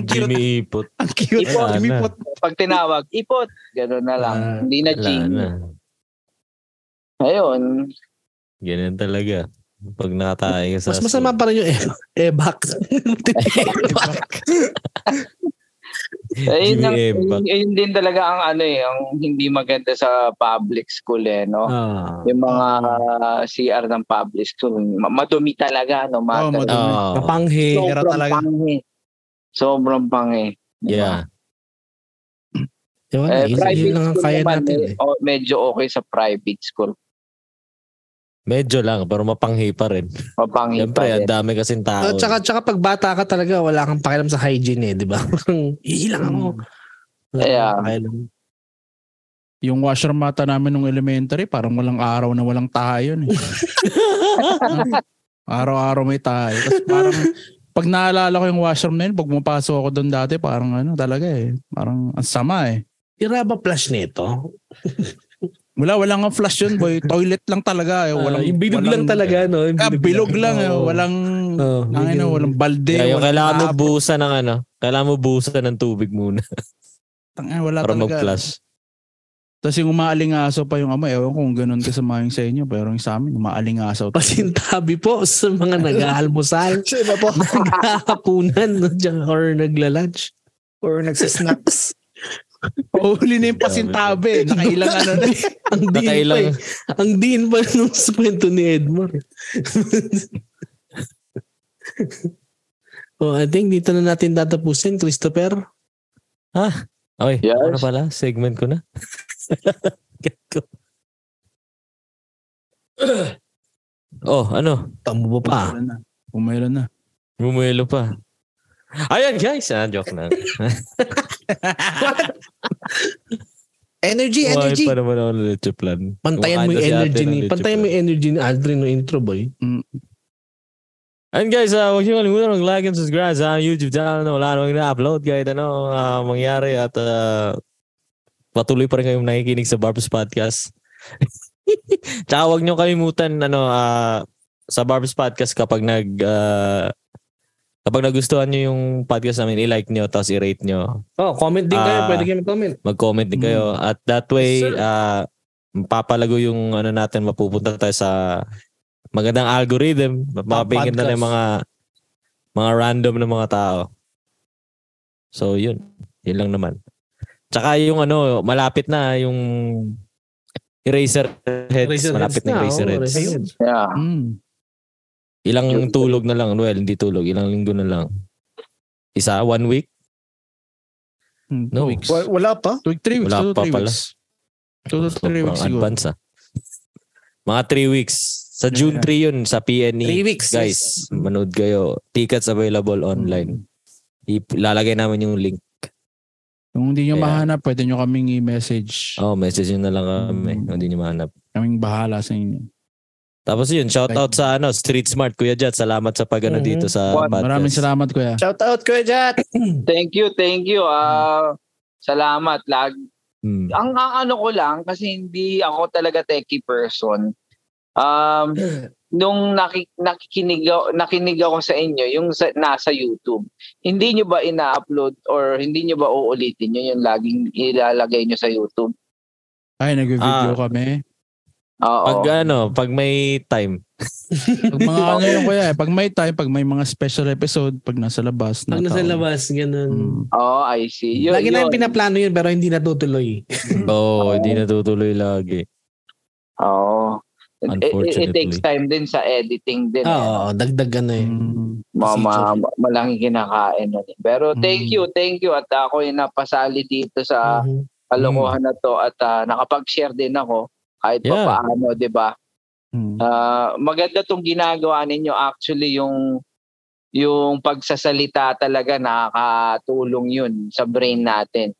Jimmy Ipot.
Ang cute. Jimmy
Ipot.
Wala na.
Pot.
pag tinawag, ipot. Ganun na lang.
Ah,
Hindi na
Wala na.
Jimmy. Ayun.
Ganyan talaga. Pag nakatae ka sa...
Mas masama pa rin yung e- Ebak.
Ayun,
Jimmy
Eh, ang,
Ebak.
ayun- ayun din talaga ang ano eh, ang hindi maganda sa public school eh, no?
Ah.
Yung mga CR ng public school, ma- madumi talaga, no? Mga
Oo,
talaga.
madumi.
Oh,
Kapanghe.
Pera
Sobrang
talaga.
pangi. Sobrang pangi.
yeah.
Diba?
Eh,
yun,
private
yun lang ang
school
kaya
naman,
natin
eh,
eh.
o- medyo okay sa private school.
Medyo lang, pero mapanghi pa rin.
Mapanghi pa
Siyempre,
rin.
ang dami kasing
Oh,
tao.
tsaka, tsaka pag bata ka talaga, wala kang pakialam sa hygiene eh, di ba? Iilang ako.
Hmm.
Wala kang
Yeah.
pakialam.
Yung washer mata namin nung elementary, parang walang araw na walang tayo. Eh. Araw-araw may tayo. Tapos parang, pag naalala ko yung washer na yun, pag mapasok ako doon dati, parang ano talaga eh. Parang ang sama eh.
Tira ba flash nito?
Wala, wala nga flush yun boy. Toilet lang talaga eh. Walang,
Ah, yung bilog lang
walang-
talaga, no? Yung
Ah, bilog lang eh.
Oo.
Walang,
Oo,
ang ina,
bilog.
walang balde.
Kaya
walang
kailangan mo
tap.
busa ng ano. Kailangan mo busa ng tubig muna
Tang- eh, wala
para
talaga.
mag-flush.
Tapos yung umaalingaso pa yung ama, ewan kung ganun kasama yung sa inyo, pero yung sa amin, umaalingaso.
Pasintabi po sa mga nag-aalmusal,
Sa iba po.
nag-aapunan, no, dyan, or nagla-lunch.
Or nagsasnaps.
Pauli na yung pasintabe. Nakailang ano na.
Ang diin pa
Nakailang-
eh. Ang diin pa nung kwento ni Edmar. oh, I think dito na natin tatapusin, Christopher.
Okay,
Yes.
ano pala? Segment ko na. Gago. oh, ano?
Tamo ba pa?
Meron na. Kung meron na.
Bumuelo pa. Ayan guys, ah, joke lang.
Energy,
Buhay
energy.
pa naman ako ng leche plan.
Pantayan mo
Kumakain
yung
daw ano si ate
energy
ng
ni,
leche
pantayan mo
plan.
yung energy ni Aldrin no intro boy.
And guys, uh, huwag niyo kalimutan mag-like and subscribe sa YouTube channel. na Wala namang na-upload kahit ano ah, mangyari at ah, patuloy pa rin kayong nakikinig sa Barbers Podcast. Tsaka huwag niyo kalimutan ano, ah, sa Barbers Podcast kapag nag... ah, kapag nagustuhan niyo yung podcast namin, i-like niyo tapos i-rate niyo.
Oh, comment din kayo,
Ah.
pwede kayo mag-comment.
Mag-comment din kayo. At that way, ah, mapapalago yung ano natin, mapupunta tayo sa magandang algorithm. Mapapinggan na ng
podcast.
mga mga random na mga tao. So, yun. Yun lang naman. Tsaka yung ano, malapit na yung eraser heads.
Raise your
malapit
hands
na yung eraser
oh,
heads.
raise your hands.
Yeah.
Mm.
Ilang
Yun.
tulog na lang. Well, hindi tulog. Ilang linggo na lang. Isa? One week?
Mm, Two
No.
weeks.
Wa- Wala pa.
Two, three weeks.
Wala
Two to
pa
three
pala.
weeks. Two to three
Sobrang
weeks siguro.
advance ah. Mga 3 weeks. Sa
Yeah,
June
yeah.
3 yun sa PNE.
Three weeks,
Guys, manood kayo. Tickets available
Mm.
online. Ip- lalagay namin yung link.
Kung hindi nyo
Kaya-
mahanap, pwede nyo kaming i-message.
Oh, message nyo na lang kami.
Mm.
Kung Hindi nyo mahanap.
Kaming bahala sa inyo.
Tapos yun, shout out sa ano, Street Smart Kuya Jat. Salamat sa pagano
Mhm.
dito sa
What?
Mm-hmm.
podcast.
Maraming salamat, kuya.
Shout out, Kuya Jat.
Thank you, thank you. Ah, salamat lag.
Mm.
Ang, ang ano ko lang kasi hindi ako talaga techie person. Um nung naki, nakikinig ako, nakinig ako sa inyo yung sa, nasa YouTube. Hindi nyo ba ina-upload or hindi nyo ba uulitin yun yung laging ilalagay nyo sa YouTube?
Ay, nag-video
Ah.
kami.
Oo.
Pag ano, pag may time.
Pag mga ano yun kuya eh. Pag may time, pag may mga special episode, pag nasa labas.
Pag nasa
tao.
labas, ganun.
Mm.
Oo, I see. Yun,
Lagi
yun.
namin pinaplano yun pero hindi natutuloy.
Mm.
Oo, oh, hindi natutuloy lagi.
Oo. It- It, it,
Unfortunately.
takes time din sa editing din. eh.
Oo, dagdag ano eh.
Mm.
Mga ma-
procedure.
ma- malaking kinakain. nun eh. Pero thank you, thank you. At ako yung napasali dito sa
Mhm.
kalokohan na to at ah, nakapag-share din ako kahit pa
Yeah.
paano, di ba?
Mm.
Ah, maganda tong ginagawa ninyo actually yung yung pagsasalita talaga nakakatulong yun sa brain natin.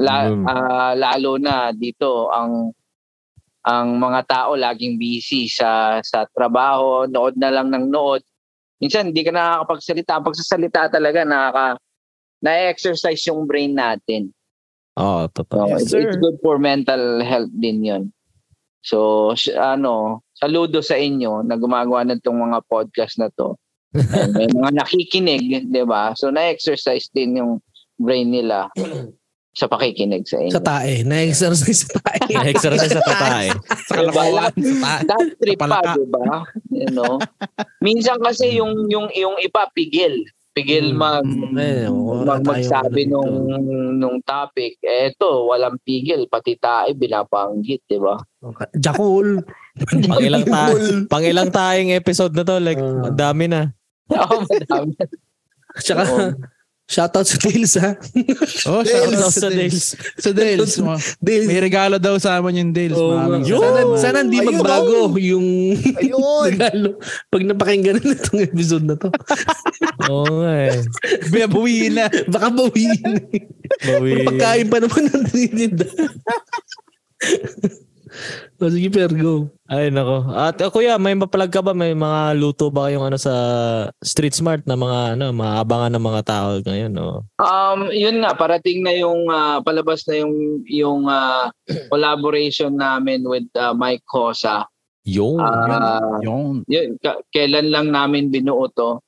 La,
Mm.
ah, lalo na dito ang ang mga tao laging busy sa sa trabaho, nood na lang ng nood. Minsan hindi ka nakakapagsalita. Ang pagsasalita talaga nakaka na-exercise yung brain natin.
Oo, totoo.
So,
Yes,
it's,
sir.
it's good for mental health din yun. So, s- ano, saludo sa inyo na gumagawa ng tong mga podcast na to. And may mga nakikinig, di ba? So, na-exercise din yung brain nila sa pakikinig sa inyo.
Sa tae. Na-exercise sa tae.
Exercise sa tatae.
Sa kalakuan. sa taas.
That trip
Palaka.
pa, di ba? You know? Minsan kasi yung, yung, yung iba, pigil. Pigil mag,
Hmm. Mm.
Eh, wala
mag
tayong
magsabi
ano
nung,
dito.
nung topic. Eto, walang pigil. Pati tayo binabanggit, di ba?
Okay. Jakul.
pang ilang ta pang ilang taing episode na to like
Mm.
Ah.
ang dami na.
Oo, madami.
Tsaka,
Oo.
shoutout sa Tails ha.
Oh, shout out sa Dales. Sa Dales. mga- May
Dales.
regalo daw sa amin yung Dales. ano,
Oh,
Maraming
yun.
salamat.
sana, sana hindi
Ayun,
magbago yung
Ayun.
regalo. Pag napakinggan na itong episode na to,
Oo nga eh.
Binabuhiin na.
baka bawiin.
Bawi.
Pagkain pa naman ng Trinidad. o Oh, sige, Per, go.
Ay nako. At uh, kuya, may mapalag ka ba may mga luto ba kayong ano sa Street Smart na mga ano, maabangan ng mga tao ngayon, no?
Um, yun nga parating na yung ah, palabas na yung yung ah, collaboration namin with ah, Mike Cosa.
Yung.
Ah,
Yun.
yun, ka- kailan lang namin binuo to.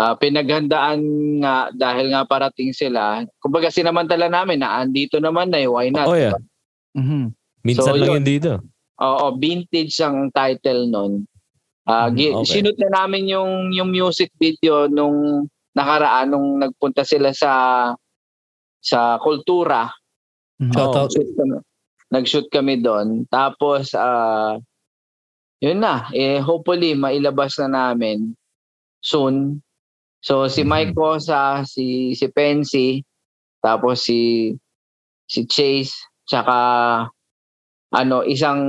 Ah, pinaghandaan nga dahil nga parating sila. Kumbaga sinamantala namin na andito naman na eh, why not?
oh yeah.
Mhm.
Minsan
So,
lang
yun.
yun dito.
Oo, vintage ang title nun. Ah,
Mm,
gi-
okay.
Sinunod na namin yung, yung music video nung nakaraan, nung nagpunta sila sa sa kultura.
Mhm.
Shout
Oo,
out.
shoot kami. Nag-shoot kami doon. Tapos, ah yun na. Eh, hopefully, mailabas na namin soon. So, si Mike Cosa, si, si Pensy, tapos si si Chase, tsaka ano, isang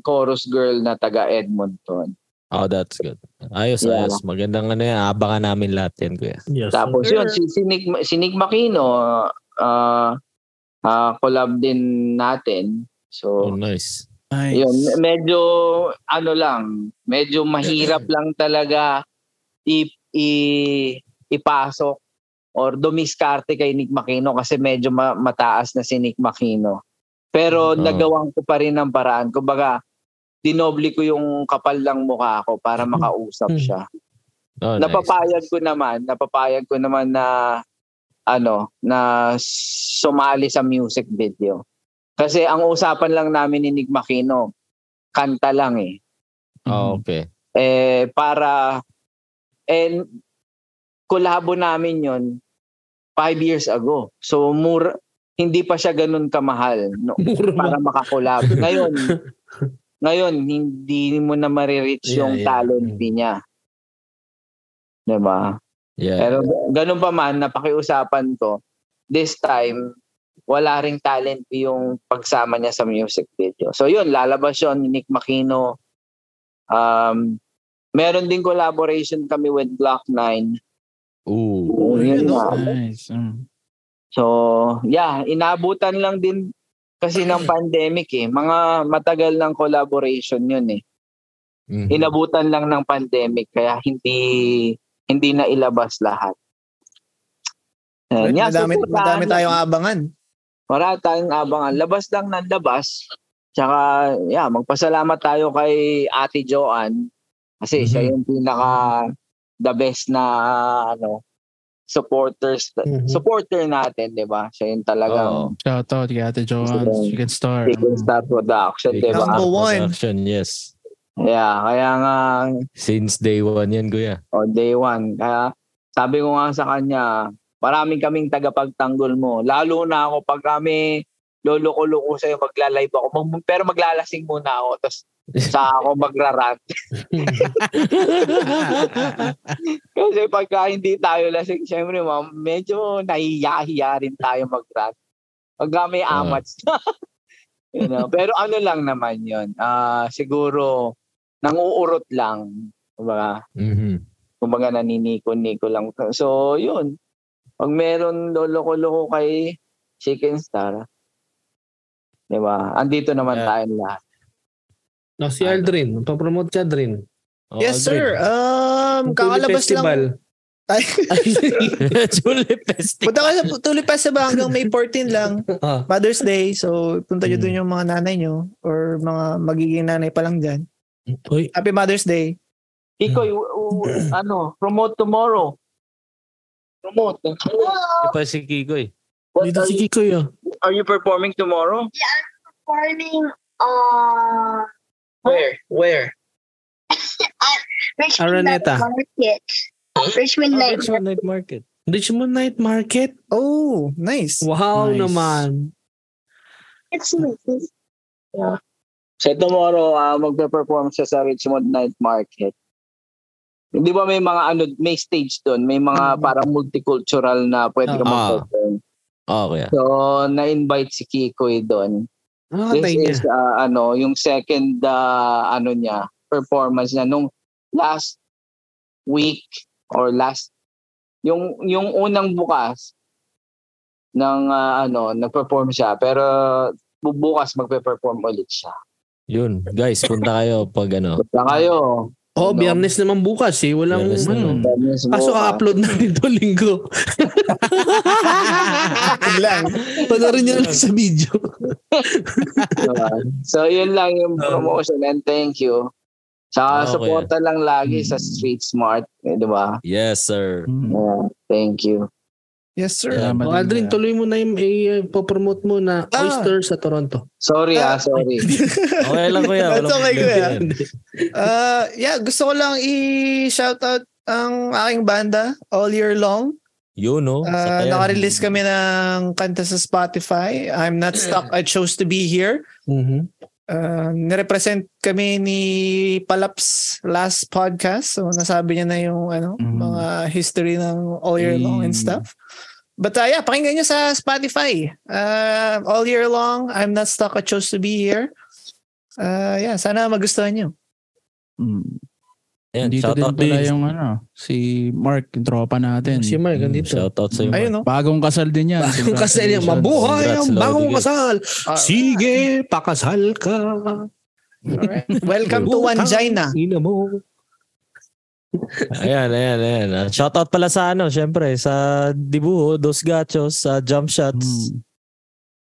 chorus girl na taga Edmonton.
Oh, that's good. Ayos,
Yeah.
ayos. Magandang ano yan. Abangan namin lahat yan, kuya.
Yes.
Tapos yun, si, si, Nick, si Nick Makino, ah ah, collab din natin. So,
Oh, nice.
Nice.
Yun, medyo ano lang, medyo mahirap lang talaga i, i- ipasok or dumiskarte kay Nick Makino kasi medyo ma- mataas na si Nick Makino.
Oo.
Pero nagawang ko pa rin ng paraan. Kumbaga, dinoble ko yung kapal lang mukha ko para makausap
Hmm.
siya.
Oh,
Napapayag ko naman, napapayag ko naman na ano, na sumali sa music video. Kasi ang usapan lang namin ni Nick Makino, kanta lang eh.
nice. Oh, okay.
Eh para and kolabo namin 'yon five years ago. So mura hindi pa siya ganun kamahal no,
Mura
para makakolab. Ngayon, ngayon hindi mo na marireach
Yeah,
yung
yeah.
talent fee niya. Diba? 'Di ba?
Yeah.
Pero ganun pa man, napakiusapan ko, this time, wala ring talent yung pagsama niya sa music video. So yun, lalabas yun, ni Nick Makino. Um, meron din collaboration kami with Block 9.
Ooh.
Yun
no?
nga.
Nice. Mm.
So, yeah, inabutan lang din kasi ng pandemic eh. Mga matagal ng collaboration yun eh.
Mhm.
Inabutan lang ng pandemic kaya hindi hindi na ilabas lahat. Ayan, yeah,
madami,
suportahan
madami
lang.
tayong abangan.
Wala tayong abangan. Labas lang ng labas. Tsaka, yeah, magpasalamat tayo kay
Mm-hmm.
Ate Joanne. Kasi siya yung pinaka the best na ano supporters,
Mm-hmm.
Mhm.
supporter natin, di ba? Siya yung talagang
Shout out kay Ate Joanne, Chicken Star.
Chicken Star Production, di ba?
Number one.
Action, yes.
Yeah, kaya nga,
Since day one yan, kuya.
oh, day one. Kaya sabi ko nga sa kanya, maraming kaming tagapagtanggol mo. Lalo na ako pag kami loloko-loko sa'yo, magla-live ako. Mag- pero maglalasing muna ako, tapos sa ako magrarant. Kasi pagka hindi tayo lasing, syempre, ma'am, medyo nahiyahiya rin tayo mag-rant. Pagka may
Ah.
amats. you know? Pero ano lang naman yun. ah siguro, nanguurot lang. Kumbaga,
Mm-hmm.
Mhm.
kumbaga naniniko-niko lang. So, yun. Pag meron loloko-loko kay Chicken Star, di ba? Andito naman
Yeah.
tayo lahat.
No, si Aldrin. Papromote ka, Aldrin.
Oh,
Yes, sir. Um,
Aldrin.
kakalabas lang. Ay,
Tulip Festival.
punta ka sa Tulip Festival hanggang May 14 lang.
Ah.
Mother's Day. So, punta nyo dun yung mga nanay nyo or mga magiging nanay pa lang dyan.
Uy,
Happy Mother's Day.
Ikoy, u- u- ano, promote tomorrow. Promote.
Di pa si Kikoy.
What
dito
are,
si oh.
you,
Kiko yun.
are you performing tomorrow?
performing uh
Where? Where?
Richmond Night
Araneta.
Market. Richmond Night
Richmond Night Market.
Richmond Night Market.
Oh, nice.
Wow
Nice.
naman.
Market.
So tomorrow, ah, magpe-perform siya sa Richmond Night Market. Hindi ba may mga ano, may stage doon, may mga parang multicultural na pwede ka
Ah.
mag-perform.
Oh, kuya.
So, na-invite si Kikoy doon.
Nakakatay niya.
This is ah, ano, yung second ah, ano niya, performance niya nung last week or last yung yung unang bukas ng ah, ano, nag-perform siya pero bu- bukas magpe-perform ulit siya.
Yun, guys, punta kayo pag ano.
Punta kayo.
Oh,
Ano?
biyernes naman bukas eh. Walang
Biyernes na
ano.
yun.
Dennis
Kaso
bukas.
ka-upload natin to linggo. Panarin niyo lang sa video.
So, yun lang yung
Oh.
promotion and thank you.
Ah,
Sa
Okay.
suporta lang lagi
Hmm.
sa Street Smart, eh, di ba?
Yes, sir.
Mm.
Yeah, thank you.
Yes, sir.
Salamat.
O Oh, Aldrin, tuloy mo na yung i-promote mo na
Ah.
Oyster sa Toronto.
Sorry ah, sorry.
Okay lang, kuya.
That's
Walang
okay,
problema
kuya.
yan.
Uh, yeah, gusto ko lang i-shoutout ang aking banda all year long.
Yun, oh. no?
Uh, nakarelease kami ng kanta sa Spotify. I'm not stuck. I chose to be here.
Mhm.
Uh, nirepresent kami ni Palaps last podcast. So nasabi niya na yung ano,
Mm.
mga history ng all year long and
Mm.
stuff. But uh, yeah, pakinggan niyo sa Spotify. Uh, all year long, I'm not stuck. I chose to be here. Uh, yeah, sana magustuhan niyo.
Mm.
Yan,
Dito
shout
din
out
pala
din.
yung ano, si Mark, yung tropa natin. Mm.
Si Mark, andito.
Shout out sa'yo.
Ayun, no?
Bagong kasal din yan.
Bagong kasal yan.
Congratulations.
Mabuhay ang
Congrats,
bagong
Lodi.
kasal.
ah,
Sige, pakasal ka.
Alright. Welcome to
Butang
Wangina.
Ina mo.
Ayan, ayan, ayan. Shout out pala sa ano, syempre, sa Dibuho, Dos Gachos, sa Jump
Mm.
Shots,
Hmm.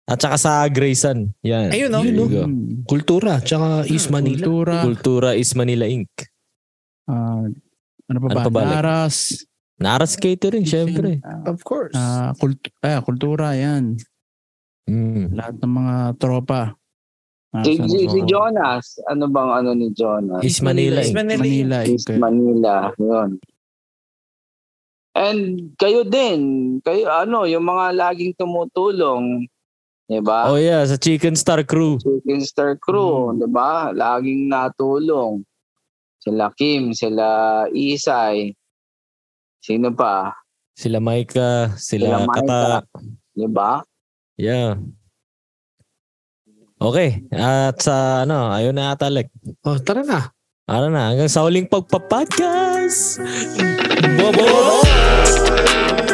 at saka sa Grayson. Yan.
Ayun, oh. no?
There you go.
Mm.
Kultura, tsaka East
Ah,
Manila.
Kultura.
Kultura is Manila Inc.
ah, ano pa
Ano
ba?
pa ba?
Naras.
Naras Catering, syempre.
Of course.
ah, kult- ah, kultura, yan.
Mm.
Lahat ng mga tropa. Ah,
Si,
sa-
si, si
sa-
Jonas, ano bang ano ni Jonas?
Is Manila
Is
Inc.
Manila.
Manila.
East
Ike.
Manila, yun. And kayo din, kayo ano, yung mga laging tumutulong, 'di ba?
Oh yeah, sa Chicken Star Crew.
Chicken Star Crew, 'di ba? Laging natulong. Sila Kim, sila Isay. Sino pa?
Sila Micah,
Sila
sila,
Micah.
Kata.
'Di ba?
Yeah. Okay, at sa ano, ayun na ata, Lek.
Oh, tara na.
Ano na, hanggang sa huling pagpapodcast! Bobo!